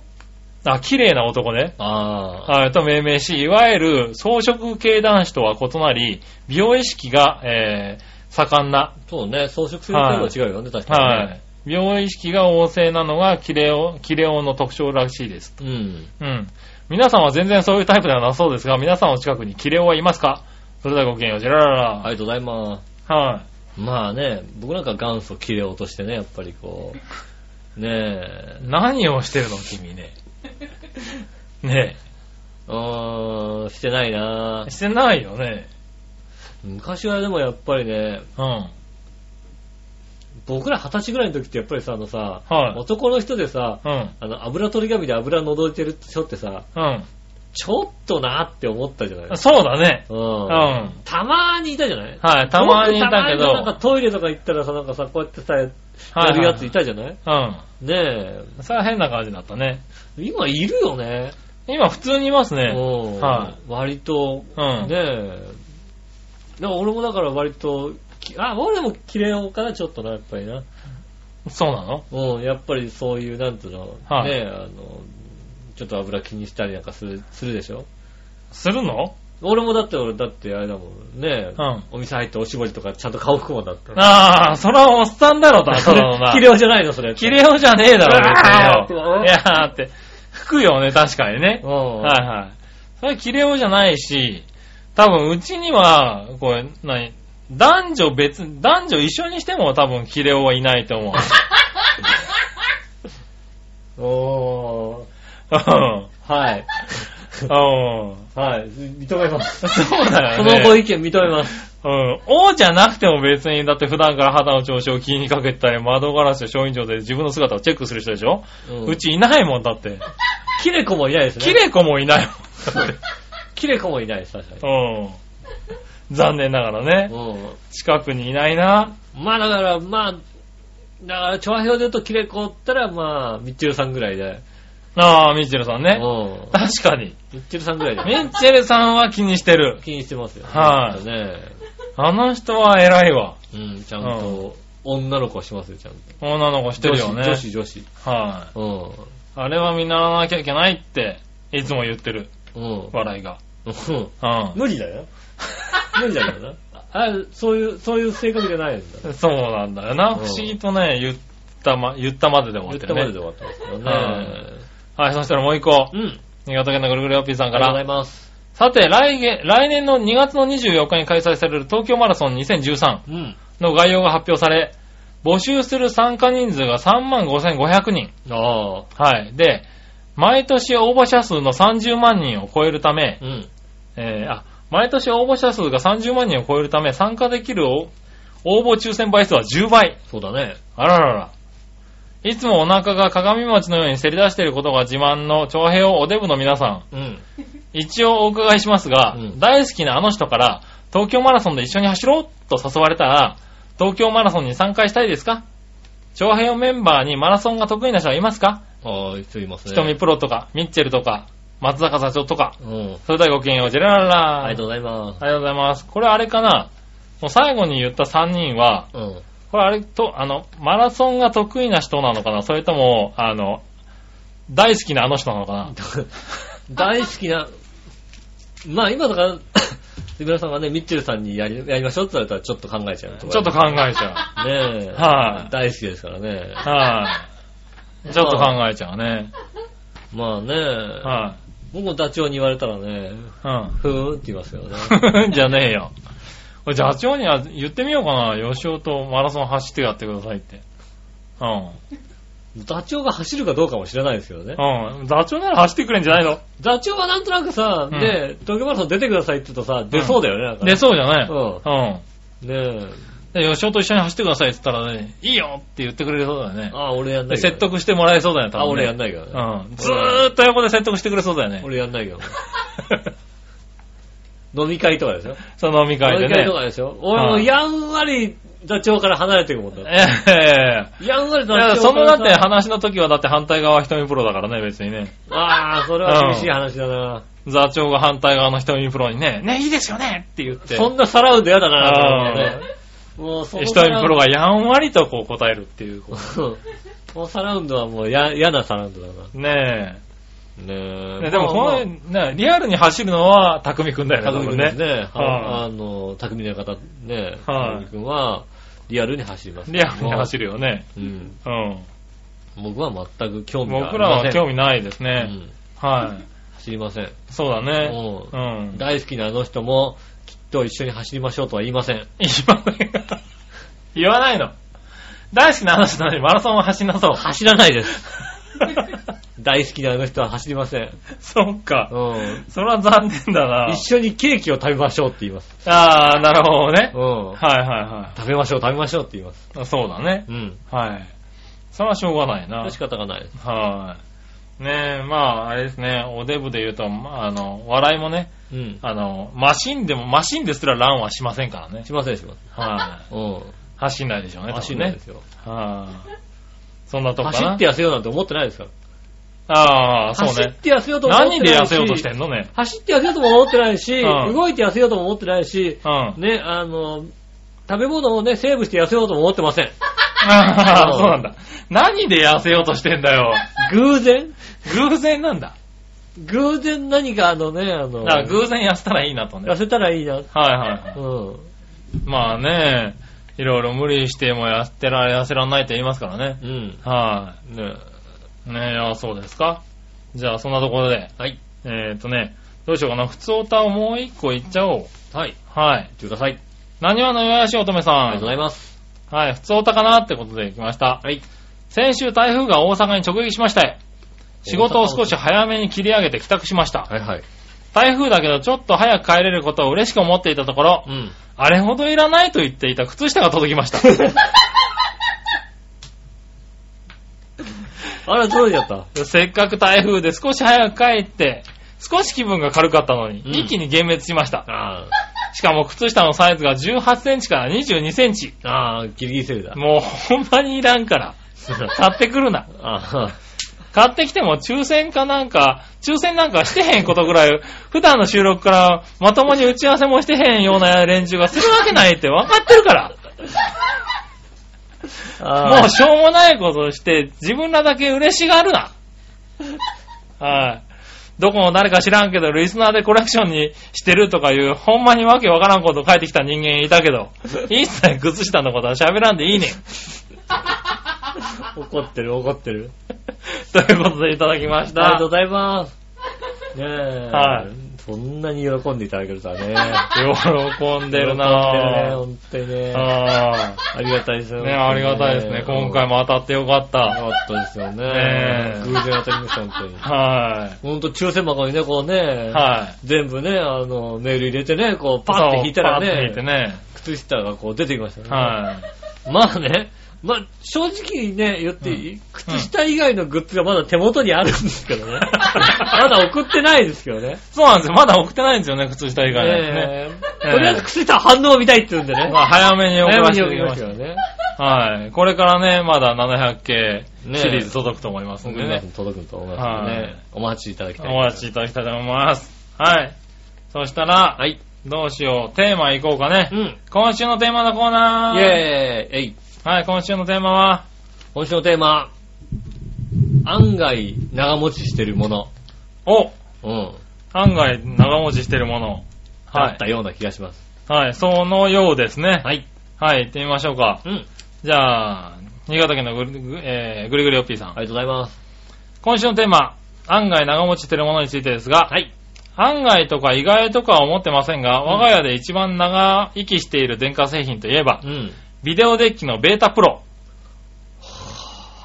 B: あ、綺麗な男ね。
C: ああ。
B: はい、と命名し、いわゆる装飾系男子とは異なり、美容意識が、えー盛んな
C: そうね、装飾するっていうのは違うよね、確かに
B: は
C: ね
B: い。。美容意識が旺盛なのがキレオ、キレオの特徴らしいです。
C: うん。
B: うん。皆さんは全然そういうタイプではなそうですが、皆さんの近くにキレオはいますかそれではごきげんよう、ジェララ
C: あ
B: ラ。
C: りがとうございます。
B: は
C: まあね、僕なんか元祖切れ落としてね、やっぱりこう。ね
B: い。
C: え。
B: 何をしてるの、君 [LAUGHS] ね。ね
C: うーん、してないな
B: え。してないよね。
C: 昔はでもやっぱりね、
B: うん。
C: 僕ら二十歳ぐらいの時ってやっぱりさ、あのさ、
B: はい
C: 男の人でさ、
B: うん。
C: あの、油取り紙で油覗いてる人ってさ、
B: う
C: ちょっとなって思ったじゃない
B: ん。そうだね。
C: う
B: うんん。。は
C: たまーにいたじゃない
B: い、たまにいたけど。
C: なんかトイレとか行ったらさ、なんかさ、こうやってさ、
B: は
C: やるやついたじゃない
B: うん。
C: ね
B: それは変な感じだったね。
C: え、今いるよね。
B: 今普通にいますね。
C: うん
B: は
C: 割と、
B: うん。
C: ねえ。だから俺もだから割と、きあ、俺も綺麗なかな、ちょっとな、やっぱりな。
B: そうなの
C: うん、やっぱりそういう、なんていうの、
B: はい
C: ねえ、あの、ちょっと油気にしたりなんかする、するでしょ
B: するの
C: 俺もだって俺、だってあれだもんねえ、
B: うん
C: お店入っておしぼりとかちゃんと顔拭くもんだった。
B: ああ、それはおっさんだろ、だ、 [LAUGHS] そ
C: [LAUGHS]
B: のな。
C: 綺麗じゃないの、それ。
B: キレオじゃねえだろ、別に
C: うわー
B: よ。いやーって、吹くよね、確かにね
C: うん。。
B: はいはい。それキレオじゃないし、多分うちには、これ、何男女別、男女一緒にしても多分キレオはいないと思う。
C: おー。
B: うん
C: はい。
B: うん。
C: はい。認めま
B: [LAUGHS]
C: す。
B: そうだよ
C: そ
B: ね。
C: のご意見認めます。
B: うん。王じゃなくても別に、だって普段から肌の調子を気にかけたり、窓ガラスや商品場で自分の姿をチェックする人でしょ、
C: う
B: うんうちいないもんだって。
C: キレコもいないですね。
B: キレコもいないもんだって。
C: キレコもいないです、確か
B: うん。残念ながらね。
C: に。
B: 近くにいないな。
C: うん。まあだから、まあ、だから、調和表で言うとキレコったら、まあ、ミッチェルさんぐらいで。
B: ああ、ミッチェルさん
C: う
B: ね。
C: ん。
B: 確かに。
C: ミッチェルさんぐらい
B: ミ
C: で。
B: ッチェルさんは気にしてる。
C: 気にしてますよ。
B: はい
C: ちゃんとね。
B: あの人は偉いわ。
C: うん、ちゃんと、女の子はしますよ、ちゃんと。
B: 女の子してるよね。
C: 女子、女子。
B: はい、
C: 女子
B: あ。れは見習わなきゃいけないって、いつも言ってる。
C: うん。うん
B: 笑いが。
C: うん。
B: う
C: 無理だよ。無理だよな。あ、そういう、そういう性格じゃないんだ。
B: ん。そうなんだよな。
C: うん
B: 不思議とね、言ったま、言ったまでで終わ
C: 言
B: っ
C: ってた
B: る
C: まで
B: ね。
C: で終わったんですけどね。
B: はいはい、そしたらもう一個
C: う。ん。
B: 新潟県のぐるぐるよっぴーさ
C: あ
B: ん
C: り
B: か
C: がとうござ
B: ら
C: い。ます。
B: さて、来月、来年の2月の24日に開催される東京マラソン2013。
C: うん。
B: の概要が発表され、募集する参加人数が3万5500人。
C: ああ。
B: はい。で、毎年応募者数の30万人を超えるため、
C: うん。
B: えーあ、毎年応募者数が30万人を超えるため、参加できる応応募抽選倍数は10倍。
C: そうだね。
B: あららら。いつもお腹が鏡餅のようにせり出していることが自慢の長平をおデブの皆さん。
C: うん。
B: 一応お伺いしますが、
C: うん
B: 大好きなあの人から東京マラソンで一緒に走ろうと誘われたら、東京マラソンに参加したいですか長編メンバーにマラソンが得意な人はいますか、
C: ああ、人いますね。
B: ひとみプロとか、ミッチェルとか、松坂社長とか。
C: うん。
B: それではごきげんよう、ジェラララ
C: ありがとうございます。
B: ありがとうございます。これあれかなもう最後に言った3人は、
C: うん。
B: これあれと、あの、マラソンが得意な人なのかなそれとも、あの、大好き [LAUGHS] なあの人なのかな
C: 大好きな、まあ今だから、 [COUGHS] 杉村さんがね、ミッチェルさんにやりやりましょうって言われたらちょっと考えちゃうと
B: ちょっと考えちゃ
C: え。ねえ。
B: はい
C: 大好きですからね。
B: う。はい。ちょっと考えちゃうね。
C: まあね
B: は
C: 僕もダチョウに言われたらね、
B: い。うん。
C: ふーんって言いますよね。
B: [LAUGHS] じゃねえよ。これ座長には言ってみようかな。吉尾とマラソン走ってやってくださいって。うん。
C: ダチョウが走るかどうかも知らないですけどね。
B: うん。座長なら走ってくれんじゃないの
C: ダチョウはなんとなくさ、
B: うん
C: ね、東京マラソン出てくださいって言うとさ、出そうだよね、なんかね。
B: 出そうじゃない。
C: うねえ。
B: うん。で、吉尾と一緒に走ってくださいって言ったらね、いいよって言ってくれそうだよね。
C: あ、俺やん
B: で
C: ないけどね
B: 説得してもらえそうだよね、多分、
C: あ、
B: ね。
C: 俺やんないけどね。
B: うん。ずーっと横で説得してくれそうだよね。
C: 俺やんないけどね。飲み会とかですよ。
B: その飲み会
C: 飲
B: で
C: み会
B: ね
C: と。かですよ。俺も
B: うん
C: やんわり座長から離れていくもんだ。
B: ええ
C: やんわり
B: いや
C: 座長
B: そ
C: か
B: の
C: ら
B: だ
C: さ
B: って話の時はだって反対側は瞳プロだからね、別にね。
C: ああ、それは厳しい話だな。
B: 座長が反対側の瞳プロにね、ね、いいですよねって言って。
C: そんなさらうと嫌だな、なんかねもうその
B: 瞳プロがやんわりとこう答えるっていう。こ
C: うんこのサラウンドは [LAUGHS] もうや嫌なサラウンドだな。
B: うねえ。
C: ね
B: ねでもこの、
C: ね、
B: ね、リアルに走るのは匠くんだよね、
C: たくみ
B: 多
C: く
B: 分
C: んです
B: ね。
C: ね。
B: はい
C: あの、たくみの方ね、
B: はい
C: たくみくんは、リアルに走ります。
B: リアルに走るよね。
C: うん。
B: うん。
C: 僕は全く興味があ
B: 僕
C: り
B: ら
C: ません。
B: は興味ないです
C: う
B: ね。
C: ん。
B: は
C: 走りません。
B: い。そうだね。
C: も
B: う。
C: うん大好きなあの人も、きっと一緒に走りましょうとは言いません。
B: 言わない言わないの。大好きな話なのにマラソンは走んな
C: [LAUGHS]
B: そう。
C: 走らないです。
B: [LAUGHS]
C: 大好きなあの人は走りません。
B: そっ
C: う
B: か。
C: ん。
B: それは残念だな。
C: 一緒にケーキを食べましょうって言います。
B: ああ、なるほどね
C: う。ん。
B: はいは
C: 食べましょう、食べましょうって言います。
B: いはい。そうだね。
C: うん。
B: はい。それはしょうがないな。
C: 仕方がないです。
B: はい。ねえ、まあ、あれですね、おデブで言うと、まあ、あの、笑いもね、
C: うん。
B: あの、マシンでも、マシンですらランはしませんからね。
C: しません、しませ [LAUGHS]
B: はい。
C: ん。うん。
B: 走んないでしょうね、
C: 走
B: 多
C: ん
B: 分
C: ない
B: ね
C: ですよ。
B: はい。そんなとこか
C: 走
B: な。
C: って痩せようなんて思ってないですから。
B: ああ、そう
C: 走っ
B: ね。
C: て痩せようとも思って
B: 何
C: ない
B: で痩
C: し。
B: せようとしてんのね。
C: 走って痩せようとも思ってないし、
B: うん
C: 動いて痩せようとも思ってないし、
B: うん。
C: ね、あの、食べ物をね、セーブして痩せようとも思ってません。 [LAUGHS]
B: ああ、そうなんだ。何で痩せようとしてんだよ。
C: 偶然
B: 偶然なんだ。
C: 偶然何かあのね、あの
B: だ、から偶然痩せたらいいなとね。は
C: 痩
B: い
C: せたらいいな。うん。
B: はい。まあね、いろいろ無理しても痩せてられ、痩せられないと言いますからね。
C: うん。
B: は
C: ね
B: い。ねえ、あそうですか。じゃあ、そんなところで。
C: はい。
B: えっ、とね、どうしようかな。普通歌をもう一個言っちゃおう。
C: はい。
B: はい。
C: 言ってください。
B: 何わのよやしおとめさん。
C: ありがとうございます。
B: はい、普通歌かなってことで来ました。
C: はい。
B: 先週台風が大阪に直撃しましたよ。仕事を少し早めに切り上げて帰宅しました。
C: いはい。
B: 台風だけどちょっと早く帰れることを嬉しく思っていたところ
C: う、ん。
B: あれほどいらないと言っていた靴下が届きました。
C: [LAUGHS] あら、届いちゃった。
B: せっかく台風で少し早く帰って、少し気分が軽かったのに、
C: うん
B: 一気に幻滅しました。
C: あ
B: しかも靴下のサイズが18センチから22センチ。
C: あ、ああ、ギリギリセールだ。
B: もうほんまにいらんから、買ってくるな。
C: [LAUGHS] [LAUGHS] ああ、
B: 買ってきても抽選かなんか、抽選なんかしてへんことぐらい、普段の収録からまともに打ち合わせもしてへんような連中がするわけないって分かってるから。もうしょうもないことして、自分らだけ嬉しがるな。はい。どこの誰か知らんけど、リスナーでコレクションにしてるとかいう、ほんまにわけわからんこと書いてきた人間いたけ
C: [LAUGHS]
B: ど、一切靴下のことは喋らんでいいねん。
C: 怒ってる、怒ってる。
B: ということでいただきまし
C: ありが
B: た
C: とう。ござい
B: [LAUGHS]
C: ます。ねえ。
B: はい
C: そんなに喜んでいただけるとは
B: [LAUGHS]
C: ね。
B: 喜んでるなぁ。
C: 喜んでるね、本当にね。
B: [LAUGHS] あ
C: ありがたいですよ
B: あ。ね、ありがたいですね。今回
C: も。
B: も当たってよかっ
C: よ
B: た。
C: かったですよ
B: ね
C: ね。
B: え
C: 偶然当たりました、本当に。
B: は
C: ほんと、抽選箱にね、こう
B: い。
C: ね、
B: はい。
C: 全部ね、あの、メール入れてね、こう、パッて引いたら
B: そうパッて引いて
C: ね、
B: ね。
C: 靴下がこう出てきましたね。
B: はい。
C: まあね、まあ、正直にね、言っていい、靴下以外のグッズがまだ手元にあるんですけど
B: [LAUGHS]
C: ね。まだ送ってないですけどね。
B: そうなんですよ。まだ送ってないんですよね、靴下以外のやつね。
C: ねえとりあえず靴下反応を見たいって言うんでね。
B: まあ、早めに送
C: 早め
B: らせ
C: に
B: て
C: 送
B: い
C: り
B: ただ
C: ま
B: きまし
C: す
B: た
C: よ。ね。
B: はい。これからね、まだ700系シリーズ届くと思いますん
C: 送
B: で
C: ります
B: ね。
C: の届くと思いますんで
B: はい
C: ね。お待ちいただきたい。
B: お待ちいただきたいと思います。はい。そしたら、
C: はい。
B: どうしよう。テーマいこうかね。
C: うん。
B: 今週のテーマのコーナ
C: イェー
B: ー。
C: イえい
B: はい、今週のテーマは、
C: 今週のテーマ、案外長持ちしてるもの。
B: お
C: うん。
B: 案外長持ちしてるもの。
C: だ
B: は
C: ったような気がします。
B: い。はい、そのようですね。
C: はい。
B: はい、行ってみましょうか。
C: うん。
B: じゃあ、新潟県のぐるぐ,、えー、ぐりぐりおっぴーさん。
C: ありがとうございます。
B: 今週のテーマ、案外長持ちしてるものについてですが、
C: はい。
B: 案外とか意外とかは思ってませんが、我が家で一番長生きしている電化製品といえば
C: う、ん。
B: ビデオデッキのベータプロ。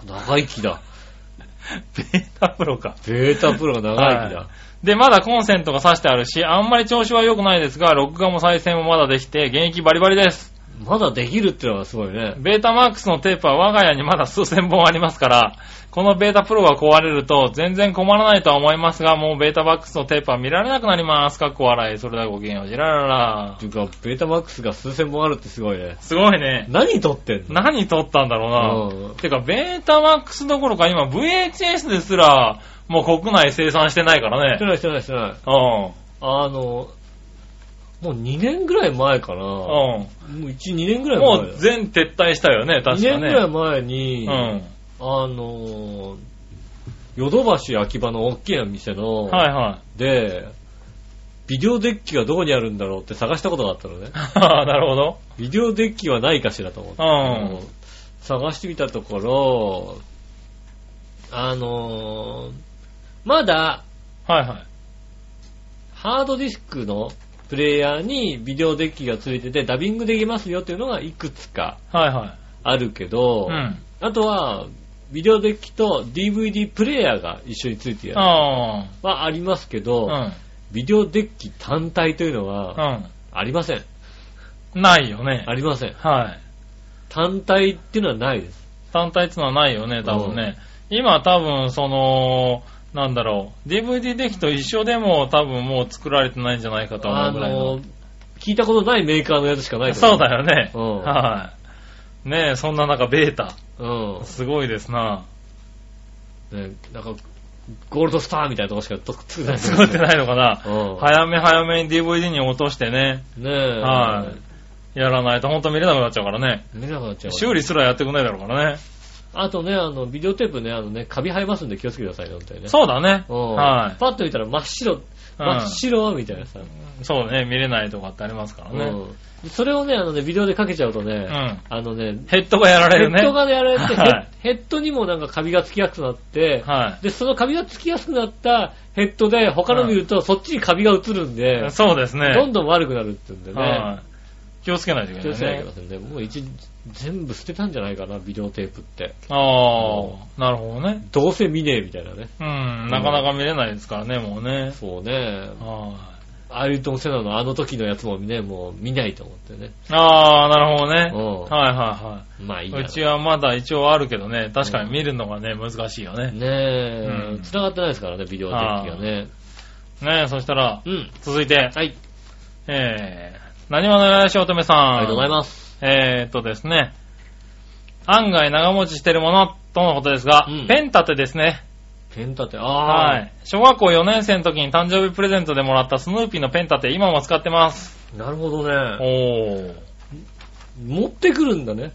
C: 長生きだ。
B: [LAUGHS] ベータプロか。
C: ベータプロが長生きだ。
B: はで、まだコンセントが挿してあるし、あんまり調子は良くないですが、録画も再生もまだできて、現役バリバリです。
C: まだできるってのがすごいね。
B: ベータマックスのテープは我が家にまだ数千本ありますから、このベータプロが壊れると全然困らないとは思いますが、もうベータマックスのテープは見られなくなります。かっこ笑い。それではごきげんよう。じららら
C: て。いうか、ベータマックスが数千本あるってすごいね。
B: すごいね。
C: 何撮ってんの
B: 何撮ったんだろう
C: う
B: な。
C: ん
B: てか、ベータマックスどころか今 VHS ですら、もう国内生産してないから
C: して
B: ね。
C: ないしてないしてない。
B: うん。
C: あの、もう2年ぐらい前かな。も
B: うん。
C: う1、2年ぐらい前
B: も
C: だよ。
B: う全撤退したよね、確
C: 2
B: か
C: 年ぐらい
B: ね。
C: 前に、
B: う
C: あの、ヨドバシ秋葉の大きな店の、
B: ん。はい [LAUGHS] は
C: で、ビデオデッキがどこにあるんだろうって探したことがあったのね。
B: い。なるほど。
C: ビデオデッキはないかしらと思って。
B: うん
C: 探してみたところ、あのーまだ
B: はいはい。
C: ハードディスクのプレイヤーにビデオデッキがついててダビングできますよっていうのがいくつか
B: はいはい。
C: あるけど、
B: うん。
C: あとはビデオデッキと DVD プレイヤーが一緒についてやる
B: あ
C: はありますけ
B: あ。
C: ど、
B: うん。
C: ビデオデッキ単体というのは
B: う
C: ありません。
B: ん。ないよね
C: あ。りません。
B: はい。
C: 単体っていうのはないです。
B: 単体っていうのはないよね、多分ね。今多分、その、なんだろう。DVD デッキと一緒でも多分もう作られてないんじゃないかと思
C: あ
B: うぐらい
C: の
B: の。、
C: 聞いたことないメーカーのやつしかないと
B: そ
C: 思
B: うだよね。
C: うん
B: はい。ねえ、そんな中、ベータ。
C: うん。
B: すごいですな。
C: ね、なんか、ゴールドスターみたいなとこしかと作ってない。
B: 作ってないのかな。
C: うん。
B: 早め早めに DVD に落としてね、
C: い。ねえ。
B: はやらないと本当見れなくなっちゃうからね。
C: 見れなくなっちゃう。
B: 修理すらやってくんないだろうからね。
C: あとね、あの、ビデオテープね、あのね、カビ生えますんで気をつけてくださいね、みたいなね。
B: そうだね。
C: うん。
B: は
C: パッと見たら真っ白、真っ白、みたいなさ。
B: い。そうね、見れないとかってありますから
C: う
B: ね。
C: ん。それをね、あのね、ビデオでかけちゃうと
B: う
C: ね、
B: ん。
C: あのね、
B: ヘッドがやられ
C: ヘ
B: るね。
C: ッドがね、あれって、ヘ
B: は
C: ッ
B: い
C: ヘッドにもなんかカビがつきやすくなって、
B: は
C: で、そのカビがつきやすくなったヘッドで、他の見ると、そっちにカビが移るんで
B: い。、そうですね。
C: どんどん悪くなるって言うんでね
B: は。い。気をつけないといけ
C: 気を
B: な
C: つ
B: い
C: けなきゃい
B: ね
C: けま。せんね。もう一、全部捨てたんじゃないかな、ビデオテープって。
B: ああ、なるほどね。
C: どうせ見ねえみたいなね。
B: うん、なかなか見れないですからね、もうね。
C: そうね。
B: は
C: アイルトン・セナのあの時のやつもね、もう見ないと思ってね。
B: い。ああ、なるほど
C: う
B: ね。
C: ん。
B: はいは
C: まあいい
B: い
C: や
B: はい。う
C: ろ
B: ちはまだ一応あるけどね、確かに見るのがね、難しいよね。
C: ねえ、
B: うん
C: 繋がってないですからね、ビデオテープがね。
B: ねえ、そしたら、
C: うん。
B: 続いて、
C: はい。
B: えー、何わのよしおとめさん。
C: ありがとうござい
B: す。
C: ます。
B: えーっとですね、案外長持ちしてるもの、とのことですが、
C: うん
B: ペン立てですね。
C: ペン立て、あ
B: は
C: あ、
B: い。小学校4年生の時に誕生日プレゼントでもらったスヌーピーのペン立て、今も使ってます。
C: なるほど
B: お
C: ね。
B: ー。
C: 持ってくるんだね。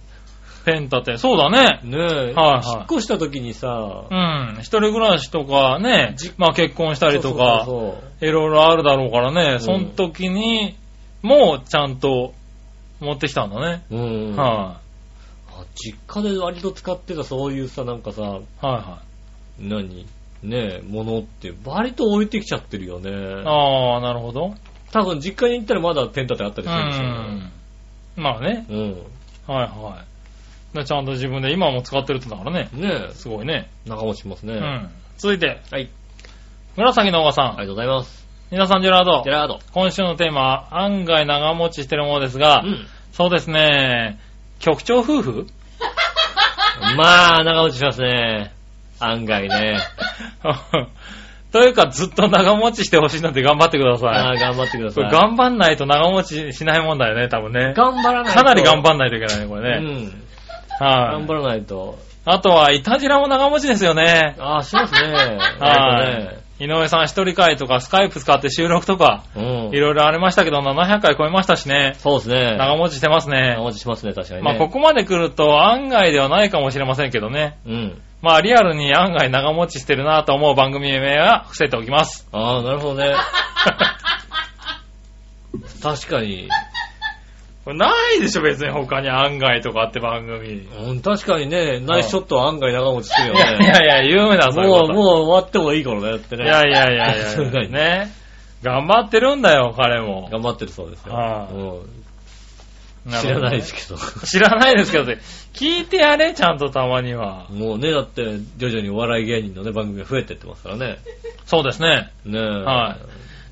B: ペン立て、そうだね。
C: ねえ、
B: はい
C: 引っ越した時にさ
B: う、ん。一人暮らしとかね、まあ結婚したりとか、
C: そうそうそう
B: いろいろあるだろうからね、そ
C: うん
B: の時に、もうちゃんと持ってきたんだね。
C: そううん、
B: は
C: あ実家で割と使ってたそういうさ、なんかさ、
B: い。はいは
C: 何ねえ、ものって、割と置いてきちゃってるよ
B: い。
C: ね。
B: ああ、なるほど。
C: 多分実家に行ったらまだペン立てあったり
B: う
C: するんでしょ
B: ん。まあね。
C: うね。
B: はいはい。でちゃんと自分で今も使ってるってんだからね。
C: うん。ね
B: すごいね。
C: え、長持ちしますね。
B: うん。続いて、
C: はい。
B: 紫のおばさ
C: あり
B: ん。
C: がとうございます。
B: 皆さん、ジェラード
C: ジェ。ラード。
B: 今週のテーマは、案外長持ちしてるものですが、
C: うん。
B: そうですね、局長夫婦 [LAUGHS]
C: まあ、長持ちしますね。案外ね。
B: というか、ずっと長持ちしてほしいので頑張ってくだ
C: あ
B: さ
C: あ、
B: い。
C: 頑張ってくだ
B: こ
C: さ
B: れ
C: い。
B: 頑張んないと長持ちしないもんだよね、多分ね。
C: 頑張らないと。
B: かなり頑張んないといけないね、これね。
C: うん。
B: はい
C: 頑張らないと。
B: あとは、イタジラも長持ちですよね。
C: ああ、しますね。
B: はい
C: 割
B: 井上さん一人会とか、スカイプ使って収録とか、
C: とね。う
B: い
C: ん。
B: ろいろありましたけど、700回超えましたしね。
C: そうですね。
B: 長持ちしてますね
C: 長。持ちしますね、確かにね。
B: まあ、ここまで来ると案外ではないかもしれませんけどね。
C: うん。
B: まあ、リアルに案外長持ちしてるなと思う [LAUGHS] 番組名は伏せておきます。
C: ああ、なるほどね。確かに。
B: これないでしょ、別に他に案外とかって番組。
C: うん、確かにね、ナイスショットは案外長持ちするよ
B: いや
C: ね。
B: いやいや、有名な、そういう
C: も
B: こ
C: う、
B: と。
C: もう終わってもいいからね、だって
B: い
C: ね。
B: やいやいやいや
C: そういうことに
B: ね。頑張ってるんだよ、彼も。
C: 頑張ってるそうですよ。
B: はい
C: うん知らないですけど。
B: 知らないですけど、聞いてやれ、ちゃんとたまには。
C: [LAUGHS] もうね、だって、徐々にお笑い芸人のね、番組が増えてってますからね。
B: そうですね。
C: ねえ。
B: は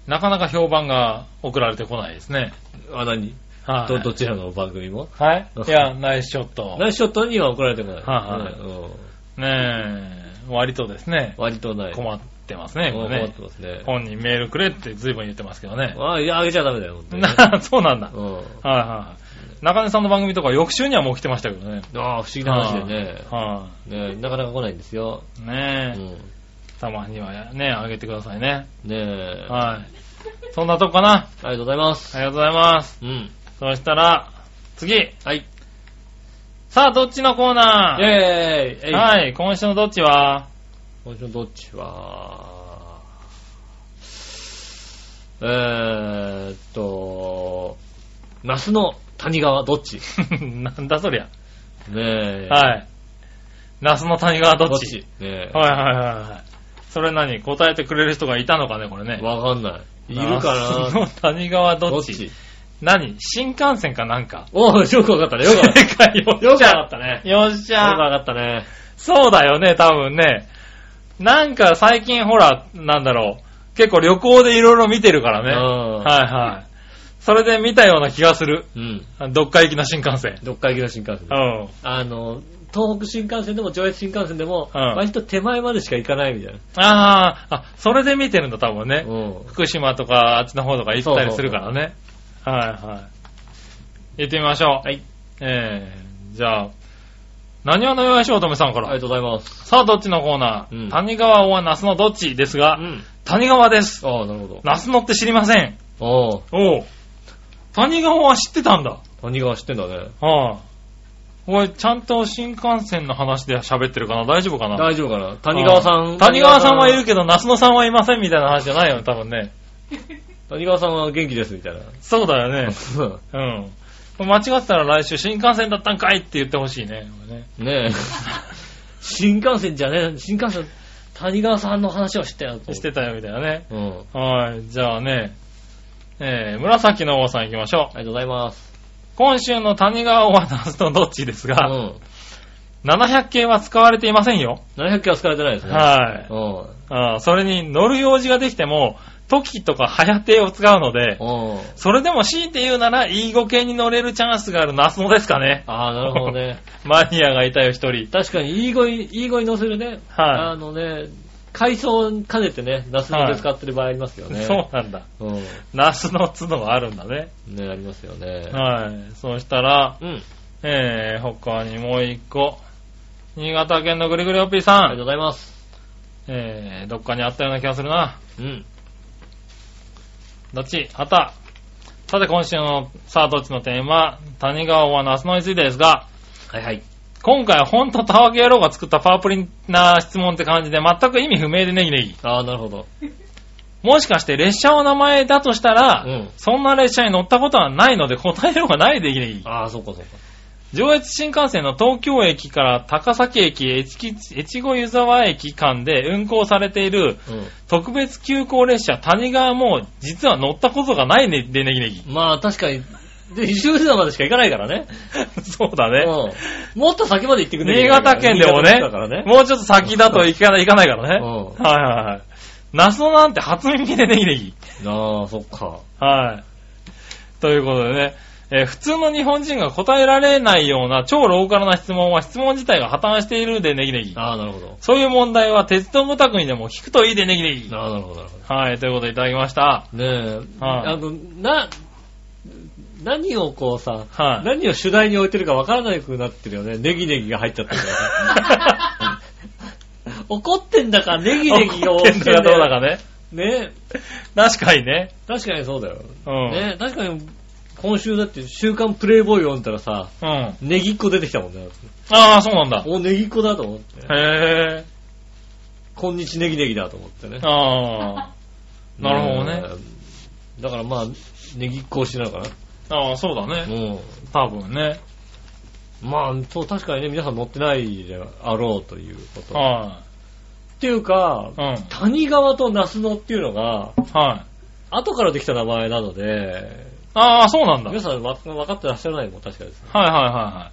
B: なかなか評判が送られてこないですね。
C: あ、何
B: はい。
C: ど、どちらの番組も
B: はい。いや、ナイスショット。
C: ナイスショットには怒られてこない。
B: はいはい
C: ねうん
B: ねえ、割とですね、
C: 割とない。
B: 困ってますね、こ
C: もう困
B: れ
C: っ
B: ね
C: て。ますね。
B: 本人メールくれって随分言ってますけどね。
C: あ、いや、あげちゃダメだよ、本当にね。
B: な [LAUGHS] そうなんだ。はい
C: うん
B: はい。中根さんの番組とか翌週にはもう来てましたけどね。
C: ああ、不思議な話でね。
B: は
C: ねえなかなか来ないんですよ。
B: い。
C: う
B: ねえ、
C: ん。
B: たまにはね、あげてくださいね。
C: ねえ。あ
B: はい。そんなとこかな。
C: りがとうございます。
B: ありがとうございます。
C: うん。
B: そしたら、次。
C: はい。
B: さあ、どっちのコーナー
C: イェーイい。
B: はい、今週のどっちは [LAUGHS]
C: 今週のどっちは、えーっと、マスの谷川どっち
B: なんだそりゃ。
C: ねえ。
B: はい。ナスの谷川どっち
C: ね
B: はいはいはいはい。それ何答えてくれる人がいたのかね、これ
C: え。
B: ね。
C: わかんない。いるか
B: 那須
C: な
B: の谷川ど
C: ど
B: っ
C: っ
B: ち
C: ち
B: 何新幹線かなんか。
C: おう、よくわかったね。よくわかった。
B: 正解よ。
C: よくわかったね。
B: よっし
C: よく
B: ゃ。
C: わかったね。
B: そうだよね、多分ね。なんか最近ほら、なんだろう。結構旅行でいろいろ見てるからね。
C: う
B: は
C: ん
B: いはい。それで見たような気がする。
C: うん。
B: どっか行きの新幹線。
C: どっか行きの新幹線
B: う。ん。
C: あの、東北新幹線でも上越新幹線でも、
B: うん
C: 割と手前までしか行かないみたいな。
B: あーあ、それで見てるんだ、多分ね。
C: うん。
B: 福島とかあっちの方とか行ったりするからね。はいはい。行ってみましょう。はい。えー、じゃあ、何話のよやしおとめさんか
C: あり
B: ら。
C: がとうございます。
B: さあ、どっちのコーナー、
C: うん
B: 谷川は那須のどっちです
C: う
B: が、
C: ん。
B: 谷川です。
C: ああ、なるほ
B: 那須のって知りません。
C: ど。おう
B: おう。谷川は知ってたんだ。
C: 谷川知ってんだね。
B: はあ。おい、ちゃんと新幹線の話で喋ってるかな大丈夫かな
C: 大丈夫かな谷川さん。
B: 谷川さんはいる。けど、那須野さんはいませんみたいな話じゃないよね、多分ね。
C: 谷川さんは元気ですみたいな。
B: そうだよね。
C: う
B: うん。間違ってたら来週新幹線だったんかいって言ってほしいね。ね [LAUGHS]
C: ん [LAUGHS] ねえ。新幹線じゃねえ、新幹線、谷川さんの話を知ったよ。
B: してたよみたいなね。
C: うん。あ
B: はい。じゃあね、えー、紫の王さん行きましょう。
C: りがとうございます。
B: 今週の谷川は那須とどっちです
C: う
B: が、
C: ん。
B: 700系は使われていませんよ。
C: 700キロは疲れてないですね。
B: はい。
C: うん。
B: ああそれに乗る用事ができても、トキとかハヤテを使うので、
C: うん。
B: それでも強いて言うなら、E 語系に乗れるチャンスがあるナスノですかね。
C: ああ、なる
B: [LAUGHS]
C: ほどね。
B: マニアがいたよ、一人。
C: 確かに、いい声、いい声に乗せるね。あ
B: は
C: のね、海藻を兼ねてね、ナスので使ってる場合ありますよ
B: い。
C: ね。
B: そうなんだ。
C: う。うん。
B: ナスの角はあるんだね。
C: ね、ありますよね。
B: はい。そうしたら、
C: うん。
B: えー、他にもう一個。新潟県のぐりぐりおっぴー
C: あ
B: さ。
C: りがとうんございます。
B: えー、どっかにあったような気がするな。
C: うん。
B: どっちあった。さて今週の、さあどっちのテーマ、谷川はナスノについてですが、
C: はいはい。
B: 今回はほんとたわけ野郎が作ったパープリンな質問って感じで全く意味不明でネギネギ。
C: ああ、なるほど。
B: もしかして列車の名前だとしたら、
C: うん
B: そんな列車に乗ったことはないので答えようがないでいい。
C: ああ、そうかそうか。
B: 上越新幹線の東京駅から高崎駅、越木越後湯沢駅間で運行されている
C: う
B: 特別急行列車谷川も実は乗ったことがないねでネギネギ。 [LAUGHS]
C: ん。まあ、確かに、で、石浦までしか行かないからね。
B: そうだね。
C: うん。もっと先まで行ってくれ
B: 新潟県でもね
C: だからね。
B: もうちょっと先だと行かない行かないからね。
C: う
B: はいはいはい。ナスなんて初耳でネギネギ。
C: ああ、そっか。
B: はい。ということでね、えー普通の日本人が答えられないような超ローカルな質問は質問自体が破綻しているでネギネギ。
C: ああ、なるほど。
B: そういう問題は鉄道オタクにでも聞くといいでネギネギ。
C: ああ、なるほど、なるほど。
B: はい、ということでいただきました。
C: ねえ、
B: はい
C: あの、な、何をこうさ、
B: はい
C: 何を主題に置いてるかわからなくなってるよね。ネギネギが入っちゃってるか
B: [LAUGHS]
C: らね。怒ってんだか、ネギネギが
B: 怒っ
C: 多
B: て
C: く
B: ん
C: て
B: のかどうだかね。
C: ね
B: 確かにね。
C: 確かにそうだよ。
B: うん。
C: ね確かに、今週だって、週刊プレイボーイ読んだらさ、
B: うん。あ
C: ネギっ子出てきたもんね。
B: [LAUGHS] あ、そうなんだ。
C: お、ネギっ子だと思って。
B: へえ。
C: こんにちネギネギだと思ってね。
B: ああ。なるほどね。
C: だからまあ、ネギっこ推しなのかな。
B: ああ、そうだね。
C: うん。
B: 多分ね。
C: まあ、そう、確かにね、皆さん乗ってないであろうということ。っ
B: は
C: ていうか
B: い。、うん。
C: 谷川と那須野っていうのが、
B: はい。
C: 後からできた名前なので、
B: ああ、そうなんだ。はい
C: 皆さんわ分かってらっしゃらないもん、確かです。
B: はいはいは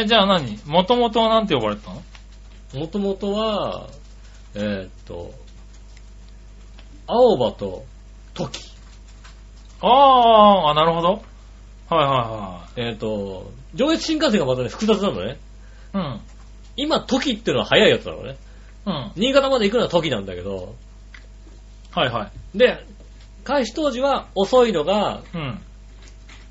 B: い。え、じゃあ何もともとは何て呼ばれてたの
C: もともとは、えーっと、青葉と時。
B: ああ、なるほど。はいは
C: えーっと、上越新幹線がまたね、複雑なのね。
B: いはい。
C: 今、時っていうのは早いやつだろうね。
B: うん。うん。
C: 新潟まで行くのは時なんだけど、
B: はいはい。
C: で、開始当時は遅いのが、
B: うん。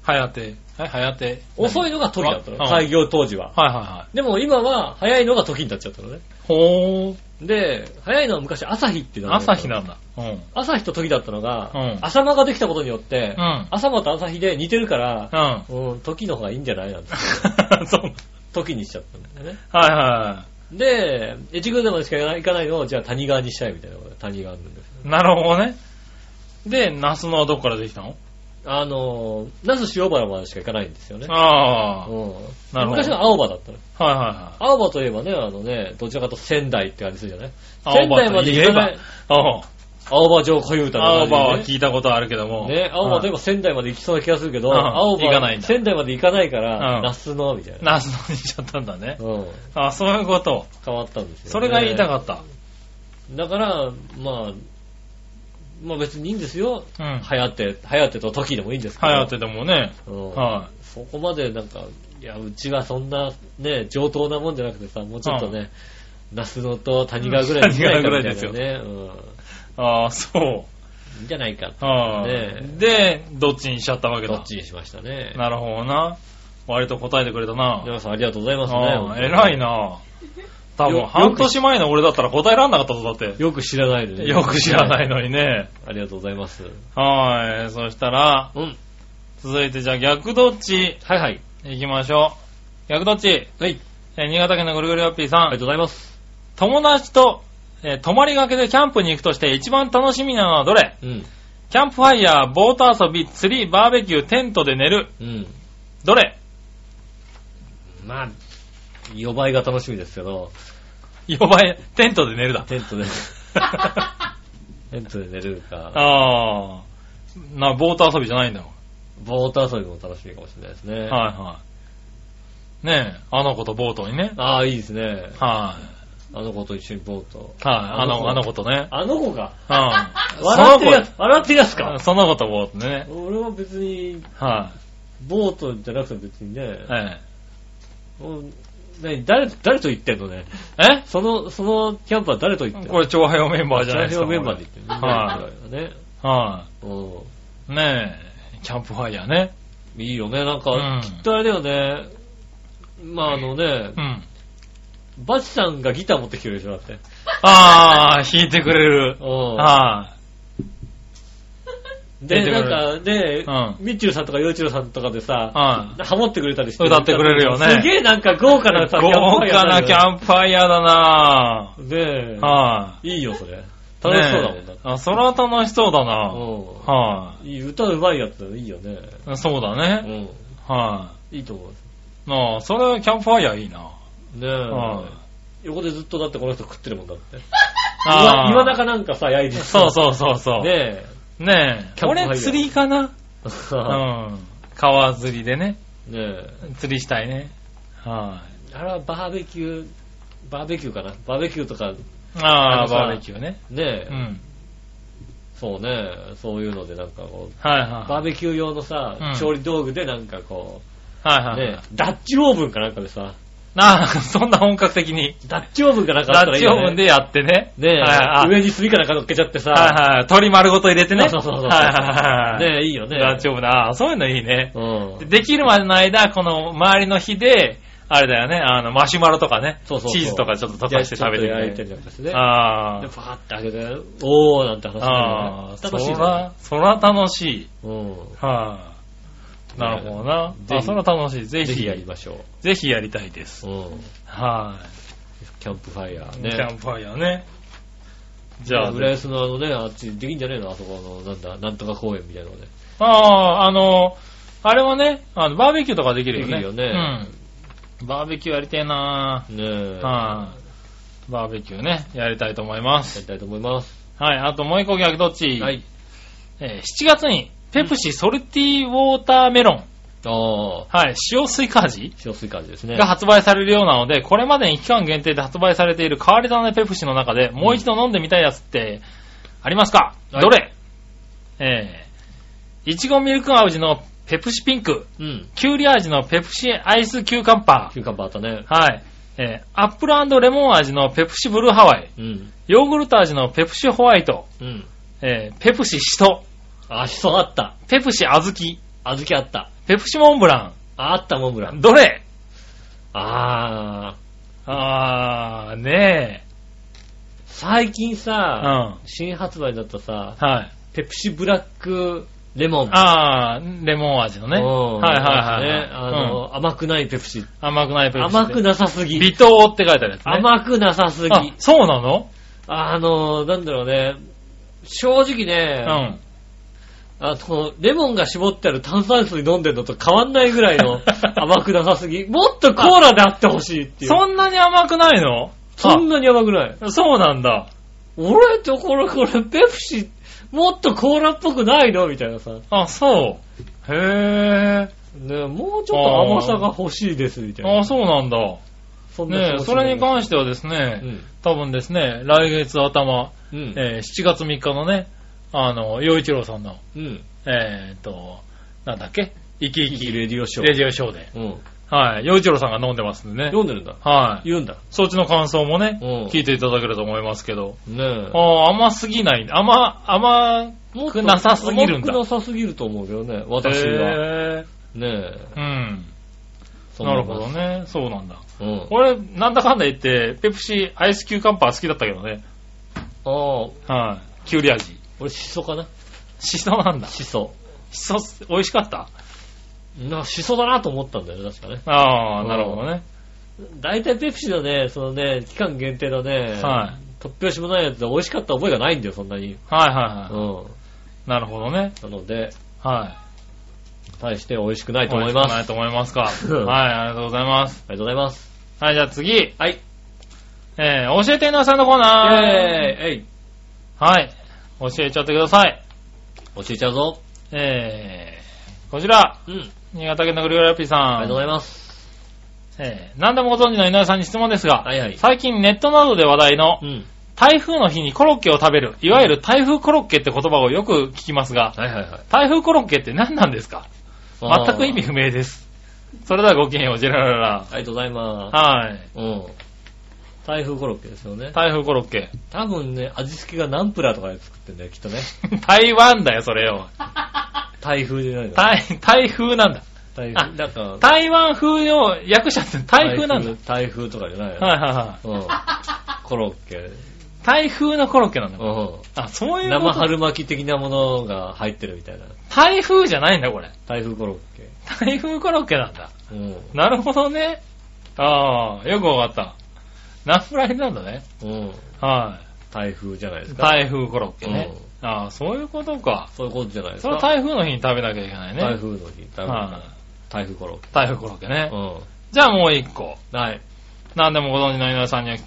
B: はやて。はい、はやて。
C: 遅
B: い。
C: いのが時だったの。
B: あ
C: 開業当時は。
B: はいはいは
C: でも今は早いのが時になっちゃったのね。
B: い。ほー。
C: で、早いのは昔朝日っていうのが
B: 朝日なんだ。うん。うん。
C: 朝日と時だったのが、
B: うん
C: 朝間ができたことによって、
B: うん
C: 朝間と朝日で似てるから、
B: うん。
C: うん、時の方がいいんじゃないなんて、
B: [LAUGHS] そうなん
C: 時にしちゃったんだよね。
B: だ。はいは
C: で、越後でまでしか行かないのを、じゃあ谷川にしたいみたいなことで谷川なんですよ。
B: い。なるほどね。で、ナスのはどこからできたの
C: あの、那須塩原までしか行かないんですよね。
B: ああ。はいなる
C: うん、
B: ほど
C: 昔は青葉だったの。
B: はいは
C: 青葉といえばね、あのね、どちらかというと仙台って感じするじゃない
B: い。
C: 仙台まで行かない。
B: 青葉とい
C: 青葉城固有
B: えば。
C: 歌
B: 青葉は
C: き
B: 聞いたことあるけども。
C: ね、青葉といえ
B: ば。
C: ば仙台まで行きそうな気がするけど、
B: うん
C: 青葉
B: 行かないんだ
C: 仙台まで行かないから、
B: うん
C: 那須の、みたいな。
B: ナスのにしちゃったんだね。
C: うん。
B: あそういうこと。
C: 変わったんですよ、ね。
B: それが言いたか
C: っ
B: った。
C: た。だから、まあ、まあ別にいいんですよ。
B: うん。
C: はやて、はやてと時でもいいんですけど。
B: はやてでもね。
C: うん
B: は
C: そこまでなんか、いや、うちはそんな、ね、上等なもんじゃなくてさ、もうちょっとね、那須野と谷川ぐらいじゃないかみたいなね。
B: い。ああ、そう。
C: うん。いいんじゃないか。
B: はあ、
C: ね
B: で、どっちにしちゃったわけ
C: ど
B: だ
C: っ。ちにしましたね。
B: なるほどな。割と答えてくれたな。
C: 皆さんありがとうございますね。
B: ああ偉い
C: な。
B: な。多分
C: よ
B: 半年前の俺だったら答えらんなかったぞ、だって。
C: よく知らないでね。。
B: よく知らないいのにね。
C: [LAUGHS] ありがとうございます。
B: はい。そしたら、
C: うん。
B: 続いてじゃあ逆どっち
C: はいはい。
B: 行きましょう。逆どっち
C: はい。
B: えー新潟県のぐるぐるよっぴーさん。
C: ありがとうございます。
B: 友達と、えー泊まりがけでキャンプに行くとして一番楽しみなのはどれ
C: うん。
B: キャンプファイヤー、ボート遊び、釣り、バーベキュー、テントで寝る。
C: うん。
B: どれ
C: まあ、4倍が楽しみですけど、
B: 呼ばれ、 [LAUGHS] テントで寝る
C: [LAUGHS]
B: だ。
C: テントで、テントで寝るか、
B: ああ。な、ボート遊びじゃないんだよ。
C: ボート遊びも楽しみかもしれないですね。
B: は
C: い。
B: いはい。ねえ、あの子とボートにね。
C: ああ、いいですね。
B: はい。
C: あの子と一緒にボート。
B: はい、あの、あの子とね。
C: あの子か。
B: うん。
C: 笑ってるやつ、笑ってるやつ
B: その子
C: か。
B: その子とボートね。
C: 俺は別に、
B: は
C: ボートじゃなくて別にね
B: い。、え
C: うん何誰、誰と行ってんのね。
B: ええ
C: その、そのキャンプは誰と行ってんの
B: これ、超配用メンバーじゃないですか。
C: 代表メンバーで行ってんの
B: は
C: ね。
B: い。は
C: うん
B: い。ねえ、キャンプファイヤーね。
C: いいよね、なん
B: うん
C: か、きっとあれだよね。まああのね
B: う、ん。
C: バチさんがギター持ってきてるでしょ、だって。
B: ああ、弾いてくれる。
C: う
B: は
C: ん。
B: 出
C: で、
B: てくる
C: なんか、で
B: うん、
C: ミッチェルさんとかヨイチロさんとかで
B: い。
C: さ、
B: はい。
C: ハモってくれたりして。
B: 歌ってくれるよね
C: すげえなんか豪華なさ、
B: 豪華なキ
C: ン
B: ャンプファイヤーだな
C: プだよね。
B: ぁ。
C: ね
B: はい
C: いいよ、それ。楽しそうだもんだっ
B: ね
C: て
B: えあ、それは楽しそうだなぁ。
C: う
B: は
C: ん。いい、歌うまいやつだよ、いいよね。
B: い。そうだ
C: う
B: ね。
C: ん。
B: はい
C: いと思う。
B: い。なあ、それはキャンプファイヤーいいな
C: ね
B: は
C: え。横でずっとだってこの人食ってるもんだって。
B: あー
C: 岩岩中なんかさ、焼いて
B: そうそうそうそう。ね
C: ね
B: え。
C: キャンプファイヤー
B: 俺釣りかなう
C: え。
B: ん。川釣りでね。
C: ねえ。
B: 釣りしたいね。は
C: あれはバーベキュー、バーベキューかなバーベキューとか、
B: い。あ
C: あ
B: あ、
C: のさ
B: バーベキューね。
C: ねえ、
B: うん。
C: そうね、そういうのでなんかこう、
B: はい
C: バ
B: は
C: ーベキュー用のさ、
B: うん
C: 調理道具でなんかこ
B: い。はいは
C: う、
B: い。
C: ねえ、ダッチオーブンかなんかでさ、 [LAUGHS]
B: なあ、そんな本格的に。
C: ダッチオーブンかなんかあ
B: ラ
C: ったらい
B: ッチ
C: い
B: オ
C: よ
B: ーブン
C: ね。
B: でやってね。
C: ね
B: は
C: え、
B: いはい
C: 上に炭かなんか乗っけちゃってさ、
B: はいはい。鳥丸ごと入れてね。
C: そうそうそうそう
B: はいはいはい。
C: ねえ、いいよね。
B: ラッチオーブンだ。ああ、そういうのいいね。
C: うん
B: で。できるまでの間、この周りの火で、あれだよね、あの、マシュマロとかね、
C: そうそうそう
B: チーズとかちょっと溶かして食べて
C: ちょっと焼いて
B: ね。
C: るやつね。
B: あ
C: で、
B: あ
C: パーって開けて、おーなんて話にな
B: ああ、
C: るよね。
B: そ
C: 楽しいね
B: ら、そら楽しい。
C: うん。
B: はあ。なるほどな。
C: ぜひ
B: あ、そら楽しい。ぜ
C: ぜひ
B: ひ
C: や、りましょ
B: ぜひやりたいです。
C: う。うん。
B: は
C: キャンプファイヤー
B: い。
C: ね。
B: キャンプファイヤーね。じゃあ、
C: 浦安のあのね、あっちできんじゃねえのあそこの、なんだ、なんとか公園みたいなのね。
B: ああ、あの、あれはね、あの、バーベキューとかできるよね。
C: できるよね
B: うん。バーベキューやりてえな
C: ねえ。
B: はいバーベキューね、やりたいと思いま
C: や
B: す。
C: りたいと思います。
B: はい、あともう一個逆どっち、
C: はい。
B: えー ?7 月に、ペプシソルティウォーターメロン、
C: ああ、
B: はい、塩スイカ味
C: 塩水感じですね。
B: が発売されるようなので、これまでに期間限定で発売されている変わり種ペプシの中で、もう一度飲んでみたいやつって、ありますか、
C: はい
B: どれえー、いちごミルク味のペプシピンク、
C: うん。
B: キュウリ味のペプシアイスキューカンパ
C: 中華バータね。
B: ー、はい、えー、アップルレモン味のペプシブルーハワイ、
C: うん。
B: ヨーグルト味のペプシホワイト、
C: うん。
B: えー、ペプシシト、
C: あ、しそあった。
B: ペプシアズキ、
C: あずきあった。
B: ペプシモンブラ
C: ああった、モンブラン。
B: ン、どれ
C: ああ、
B: あー、ね
C: 最近
B: え、うん、
C: さ、
B: は
C: 新発売だったさ、
B: い。
C: ペプシブラックレモン。
B: あー、レモン味のね。
C: うん
B: はいはいはい。
C: ね、あの、甘くないペプシ。
B: うん甘くないペプシ
C: 甘く
B: な
C: なさす
B: 微
C: ぎ。
B: 糖って書いてあるやつね。
C: 甘くなさすぎ。
B: あ、そうなの
C: あの、なんだろうね。正直
B: う
C: ね、
B: ん。
C: あの、レモンが絞ってある炭酸水飲んでるのと変わんないぐら
B: [LAUGHS]
C: いの甘くなさすぎ。もっとコーラであってほしいっていう。
B: そんなに甘くないの
C: そんなに甘くない。
B: あそうなんだ。
C: 俺とこれこれ、ペプシ、もっとコーラっぽくないのみたいなさ。
B: あ、そう。へ
C: ね、もうちょっと甘さが欲しいです、みた
B: え。
C: いな。
B: あ、そうなんだ。
C: そんな気
B: ね
C: 持
B: え、
C: ち
B: それに関してはですね、
C: うん。
B: 多分ですね、来月頭、
C: うん。
B: えー7月3日のね、あの、洋一郎さんの、
C: うん。
B: えーっと、なんだっけ生き生
C: キ
B: き
C: キレディオショー。
B: レジオショーで。
C: うん。
B: はい。洋一郎さんが飲んでますんでね。
C: 読んでるんだ。
B: はい。
C: 言うんだ。
B: そっちの感想もね、
C: うん
B: 聞いていただけると思いますけど。
C: ねえ。
B: ああ、甘すぎない。甘、甘
C: もっ
B: くなさすぎるんだ
C: 甘くなさすぎると思うけどね、
B: へ
C: 私は。ねえ
B: ー。うん。
C: そん
B: な
C: な
B: る
C: も
B: ほ
C: ん
B: どね。そうなんだ。
C: うん。
B: 俺、なんだかんだ言って、ペプシアイスキューカンパー好きだったけどね。
C: ああ、
B: はい。キュウリ味。
C: 俺、シソかな
B: シソなんだ。
C: シソ。
B: シソ、美味しかった
C: な、シソだなと思ったんだよね、確かね。
B: ああ、
C: うん
B: なるほどね。
C: 大体ペプシのね、そのね、期間限定のね、
B: はい
C: 突拍子もないやつで美味しかった覚えがないんだよ、そんなに。
B: はいうはいは
C: ん。
B: い。なるほどね。
C: なので、
B: は。
C: 対して美味しくないいと思います。
B: な
C: あ
B: いと思い
C: [LAUGHS]
B: ますか。はい、
C: うん
B: ありがとうございます。
C: りがとうございます。
B: はい、じゃあ次。
C: はい。
B: えー、教えて井上さんのコーナー。
C: イェーイえい
B: はい。教えちゃってください。
C: 教えちゃうぞ。
B: えー、こちら、
C: うん。
B: 新潟県のグリオラピーさん。
C: ありがとうございます。
B: えー、何でもご存知の井上さんに質問ですが、
C: はいはい
B: 最近ネットなどで話題の
C: う、ん。
B: 台風の日にコロッケを食べる、いわゆる台風コロッケって言葉をよく聞きますが、
C: はいはいはい。
B: 台風コロッケって何なんですか全く意味
C: あ
B: 不明
C: [LAUGHS]
B: です。それではごきげんよう、ジェラララ
C: ー。ありがとうございます。
B: はい。
C: うん。台風コロッケですよね。
B: 台風コロッケ。 [LAUGHS]
C: 多分ね、味付けがナンプラーとかで作ってんだよ、きっとね。
B: 台湾だよ、それよ。
C: 台風じゃないの。
B: 台、台風なんだ。
C: 台
B: あ
C: 風。なんか、
B: 台湾風の訳者って台風なんだ。はい
C: 台風とかじゃないの。
B: はいはい。
C: うん。コロッケ。
B: 台風のコロッケなんだ。
C: う
B: あ、そうい
C: ん。
B: うこ
C: 生
B: と
C: 春巻き的なものが入ってるみたいな。
B: 台風じゃないんだ、これ。
C: 台風コロッケ。
B: 台風コロッケなんだ。
C: うん。
B: なるほどね。ああ、よくわかった。ナフライなんだね。
C: うん。
B: は
C: 台風じゃないで
B: い。
C: すか。
B: 台風コロッケね。ああ、そういうことか。
C: そういうことじゃないです
B: そ
C: か。
B: れは台風の日に食べなきゃいけないね。
C: 台風の日。台風
B: は。
C: 台風コロッ
B: い。台風コロッケね
C: ケ。。うん。
B: じゃあもう一個。
C: はい。
B: 何でもご存知の井上さんには教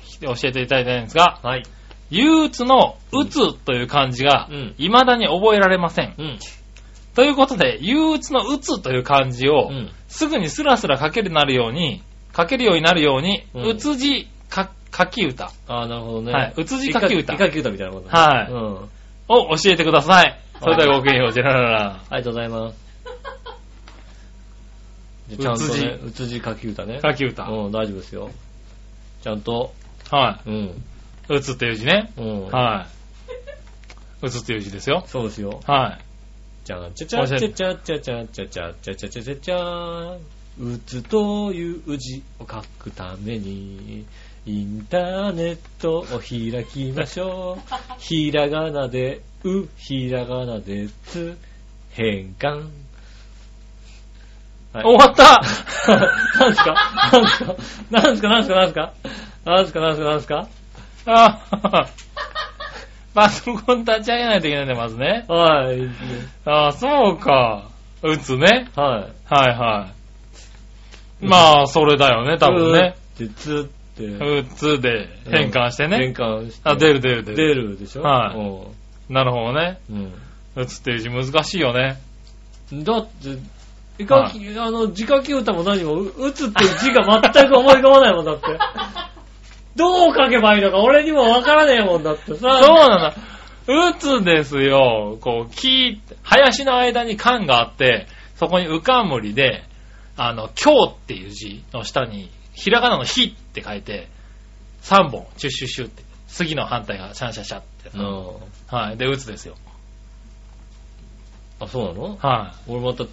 B: えていただきたいんですが、
C: はい。
B: 憂鬱の鬱という漢字が
C: うん、
B: 未だに覚えられません。
C: うん。
B: ということで、憂鬱の鬱という漢字を
C: う、ん。
B: すぐにスラスラ書けるようになるように、書けるようになるように、
C: うん
B: うつ字か書き歌
C: ああ、なるほどね。
B: はい宇津木かき歌
C: イカイカき歌みたいなことね
B: はい
C: うん。
B: を教えてください。それではごきげんよう、ジェラララ。
C: ありがとうござい [LAUGHS] ます。ちゃんとね、うつじかき歌ね。
B: 書き歌。
C: うん、大丈夫ですよ。ちゃんと、
B: は
C: うん、
B: い。うつっていう字ね。
C: うん。
B: はい。うつっていう字ですよ。
C: そうですよ。
B: はい。
C: ちゃんちゃちゃちゃちゃちゃちゃちゃちゃちゃちゃちゃちゃちゃうつという字を書くために、インターネットを開きましょう。ひらがなで、う、ひらがなで、つ、変換。はい
B: 終わった [LAUGHS]
C: なんすかなんすかなんすかなんすかなんすかなんすかなんすかなんすか
B: あパソコン立ち上げないといけないんで、まずね。
C: はい。
B: ああ、そうか。打つね。
C: はい。
B: はいはい。まあ、それだよね、多分ね。。
C: で、つって。
B: 打つで変換してね。
C: 変換して。
B: あ、出る出る出
C: 出
B: る。
C: る。でしょ
B: はい
C: い。
B: なるほどね。
C: う
B: 打つっていう字難しいよね。
C: ん。だって、絵描き、あの、字書き歌も何も、う打つっていう字が全く思い浮かばないも
B: [LAUGHS]
C: んだって。どう書けばいいのか俺にもわからねえもんだっ
B: そ
C: てさ。
B: うなんだ。打つですよ。こう、木、林の間に缶があって、そこにうかむりで、あの、今日っていう字の下に、ひらがなの火って書いて、3本、チュッシュッシュって、杉の反対がシャンシャンシャンって。
C: うん。
B: はい。で、打つですよ。
C: あ、そうなの
B: は
C: 俺また、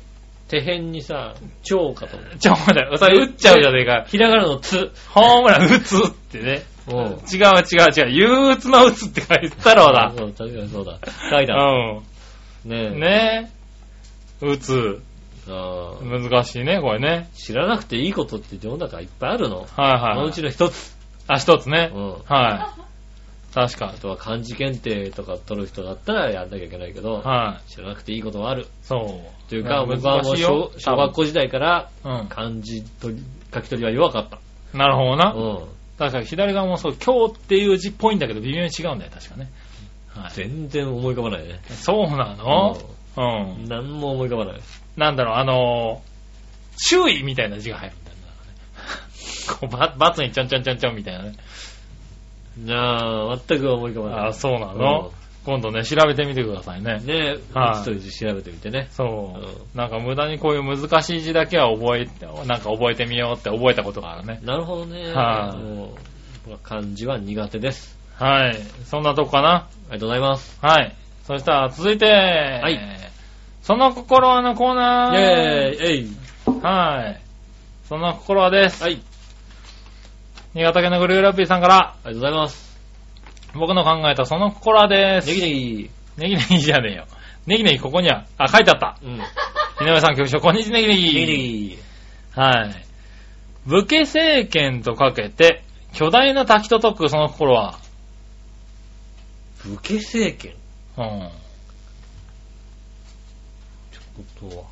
C: 手辺にさ、蝶かと思
B: [LAUGHS]
C: う。
B: い。ちょ、待って、それ打っちゃうじゃねえか。
C: ひらがなのつ。
B: ホームラン打つってね。
C: うん。
B: 違う違う違う。憂鬱な打つって書いてたろうだ。
C: そう、確かにそうだ。書いた。
B: う
C: ねえ。
B: ん。ねえ。打つ。
C: あー
B: 難しいね、これね。
C: 知らなくていいことって世の中いっぱいあるの。
B: はいはい
C: そ
B: はい。
C: のうちの一つ。
B: あ、一つね
C: う。ん。
B: はい。確か
C: あ。とは漢字検定とか取る人だったらやんなきゃいけないけど、
B: は
C: 知らなくていいことはある。
B: い。そう。
C: というか、
B: ん
C: 僕はもう
B: 難しいよ
C: 小小学校時代から
B: うん。
C: 漢字取り書き取りは弱かった。
B: なるほどな。
C: うん。
B: 確かに左側もそう、今日っていう字っぽいんだけど微妙に違うんだよ、確かね。はい。
C: 全然思い浮かばないね。
B: そうなのうん。
C: 何も思い浮かばない。
B: なんだろう、あのー、注意みたいな字が入るんだよね。 [LAUGHS] こう、ば罰にちょんちょんちょんちょんみたいなね。
C: なあ、全く思い浮かばない。
B: あ、そうなの今度ね、調べてみてくださいね
C: うん。ねえ、
B: はい
C: 打つという字調べてみてね。
B: そう。なんか無駄にこういう難しい字だけは覚えて、なんか覚えてみようって覚えたことがあるね。
C: なるほどね。
B: はい
C: もう漢字は苦手です。
B: はい。そんなとこかな。
C: ありがとうございます。。
B: はい。そしたら続いて、はいその心はのコー
C: イェ
B: ナ
C: ー
B: ー。
C: イえい
B: はい。その心はです。
C: はい。
B: 新潟県のグルーラッピーさんから、
C: ありがとうございます。
B: 僕の考えたその心はです。
C: ネギネギ。
B: ネギネギじゃねえよ。ネギネギここには、あ、書いてあった。
C: うん。ネ
B: 井上さん局長、こんにちはネギネギ。
C: ギネギ。
B: はい。武家政権とかけて、巨大な滝と解くその心は、
C: 武家政権。
B: うん。
C: ことは、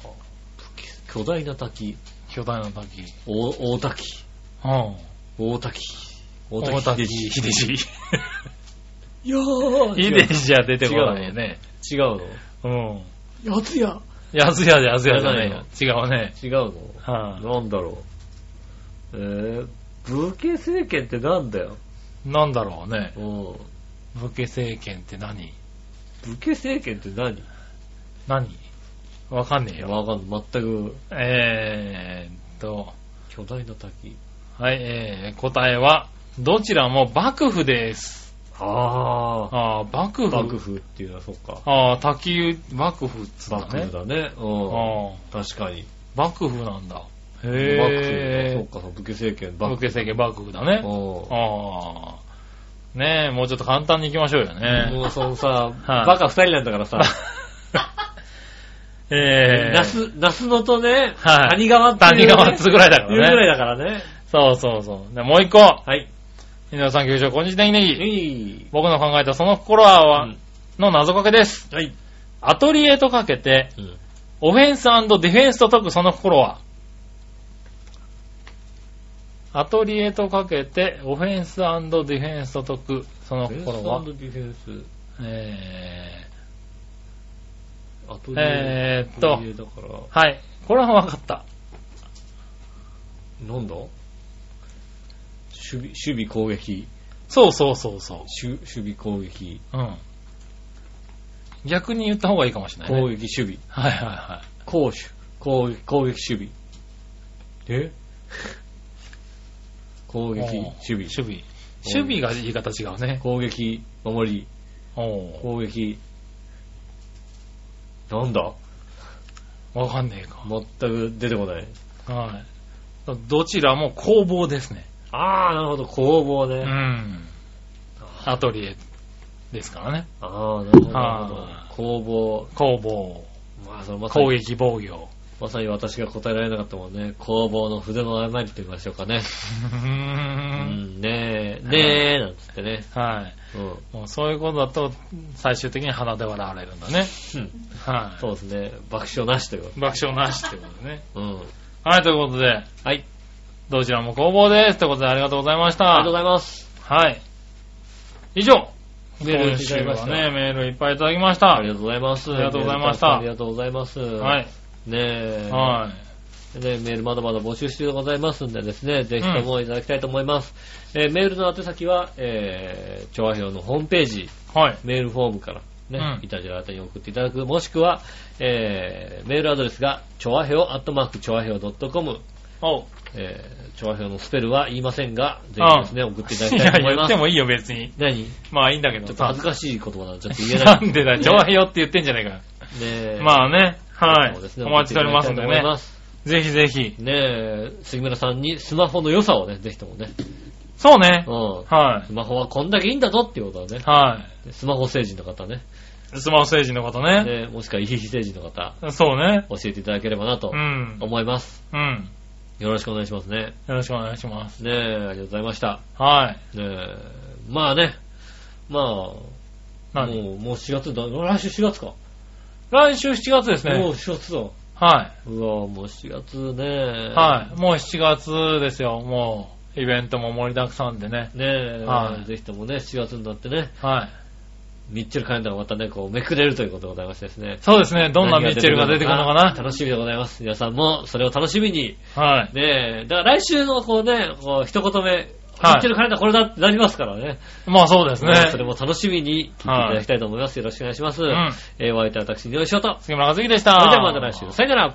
C: 巨大な滝、
B: 巨大な滝。
C: 大大滝、
B: うん。
C: 大滝、
B: 大
C: 大
B: 滝
C: 滝
B: 秀治。 [LAUGHS]
C: 秀治。いや
B: 秀
C: ー、
B: 治じゃ出てこないよね。
C: 違う
B: うん。
C: の。やつや。
B: やすやじゃやすやじゃないよ。違うね。
C: 違う
B: は
C: の。なんだろう。えー、武家政権ってなんだよ。
B: い。なんだろうね。
C: うん。
B: 武家政権って何
C: 武家政権って何
B: 何わかんねえ
C: いや、
B: よ。
C: わかんない。全く、
B: えーっと、
C: 巨大な滝。
B: はい、えー、答えは、どちらも幕府です。
C: ああ。
B: ああ、幕府。
C: 幕府っていうのはそっか。
B: ああ、滝、幕府っつった
C: 幕
B: ね
C: 府。だね。うん。
B: ああ、
C: 確かに。
B: 幕府なんだ。
C: 幕
B: へ
C: 府。そっか、そう武家政権、
B: 幕府。武
C: 幕府。
B: 家政権幕府だね。
C: うん。
B: ああ。ねえ、もうちょっと簡単に行きましょうよね。
C: もうそのさ、
B: はい
C: バカ二人なんだからさ、
B: ええ
C: ナス、ナスのとね、
B: はい
C: 谷川っていう、
B: 谷
C: ね。
B: 川っつうぐらいだか
C: いうぐら
B: らね。
C: いだからね。
B: そうそうそう。でもう一個。
C: はい。
B: 井上さん、局長、こんにちは、ネギネ
C: え
B: ギ。
C: い。
B: 僕の考えたその心は、
C: うん
B: の謎かけです。
C: はい。
B: アトリエとかけて、
C: うん。
B: オフェンスディフェンスと解くその心はアトリエとかけて、オフェンスディフェンスと解くその
C: ディフ
B: 心
C: ェン
B: は
C: スディフェンス。
B: え
C: あと
B: ー、えーっと
C: アト、リエだから、
B: はい。これは分かった。
C: なんだ守備、守備攻撃。
B: そうそうそうそ
C: 守守備攻撃。
B: う。うん。逆に言った方がいいかもしれない、
C: 攻
B: ね。
C: 撃守備。
B: はいはいは
C: 攻守。攻撃、攻撃守備。え攻
B: い。
C: 撃
B: おう、
C: 守備
B: 守。備。守備が言い方違うね。
C: 攻撃、守り。
B: お
C: 攻撃。なんだ
B: お。わかんねえか。
C: 全く出てこない。
B: はい。どちらも攻防ですね。
C: あー、なるほど、攻防ね。
B: うん。アトリエですからね。
C: あー、なるほどなるほど
B: あ。
C: 攻防。
B: 攻防、
C: まあ、そのまさ
B: 攻
C: に、
B: 撃、防御。
C: まさに私が答えられなかったもんね。攻防の筆の誤りと言いましょうか
B: う
C: ね。
B: ー
C: うんん、ねえ。ね。ねえ、なんつってね。
B: はい。
C: うん。
B: もうそういうことだと、最終的に鼻で笑われるんだね。はい。
C: そうですね。爆笑なしというこ
B: 爆笑なしってことでね。
C: と。うん。
B: はい、ということで、
C: はい。
B: どちらも工房です。ということで、ありがとうございました。
C: ありがとうございます。
B: はい。以上、
C: メール
B: 今
C: いただきました
B: 週はね、メールいっぱいいただきまし
C: あ
B: た
C: り。がとうございます。
B: ありがとうございました
C: ありがとうございます。。
B: はいい。
C: ねえ。
B: はい。
C: ね、メールまだまだ募集中でございますんでですね、ぜひともいただきたいと思います。えーメールの宛先は、えー、調和表のホームページ、
B: はい。
C: メールフォームからね、
B: うん
C: いたじら宛てに送っていただく、もしくは、えーメールアドレスが、調和表、アットマーク、調和表 .com、
B: おう。
C: えー、調和表のスペルは言いませんが、ぜひですね、送っていただきたいと思い
B: 言
C: ま
B: っ
C: す
B: て。 [LAUGHS] もいいよ、別に。
C: 何ち
B: まあいいんだけど。
C: ょっと恥ずかしい言葉なのでちょっと言え
B: な [LAUGHS]
C: ない。
B: んでだ、上辺よって言ってんじゃねえかよ。
C: ねえ
B: まあね、はい
C: そうです。ね
B: お待ちしておりますんで
C: 送ってい
B: ね
C: ただきたいと思い。ます
B: ぜひぜひ。
C: ねえ、杉村さんにスマホの良さをね、ぜひともね。
B: そうね。
C: うん。
B: は
C: スマホはこんだけいいんだぞっていうことだね
B: い。。は
C: スマホ成人の方ね。
B: い。スマホ政治のことね。
C: ねもしくは遺品成人の方、
B: そうね。
C: 教えていただければなと
B: うん。
C: 思います。
B: うん。
C: よろしくお願いしますね。
B: よろしくお願いします。
C: ねえ、ありがとうございました。
B: はい。
C: ねえ、まあね、まあ、
B: 何
C: もう、もう4月だ、来週4月か。
B: 来週7月です
C: もう
B: ね。
C: 4月だ。
B: は
C: うわもう4月
B: い。
C: ね。
B: はい。もう7月ですよ。もう、イベントも盛りだくさんでね。
C: い。ねえ、
B: はい
C: ぜひともね、4月になってね、
B: はい。
C: ミッチェルカレンダーがまたね、こう、めくれるということでございましてですね。
B: そうですね。どんなミッチェルが出てくるのかな。
C: 楽しみでございます。皆さんも、それを楽しみに、
B: はい。
C: ねえ、だから来週のこうね、こう一言目、
B: はい
C: 言ってるカレンダーこれだってなりますからね。
B: まあそうですね。
C: それも楽しみに聞いていただきたいと思います。よろしくお願いします。
B: ん
C: えー、お相手は私、井上翔と。
B: 杉村和樹でした。
C: それではまた来週。さよなら。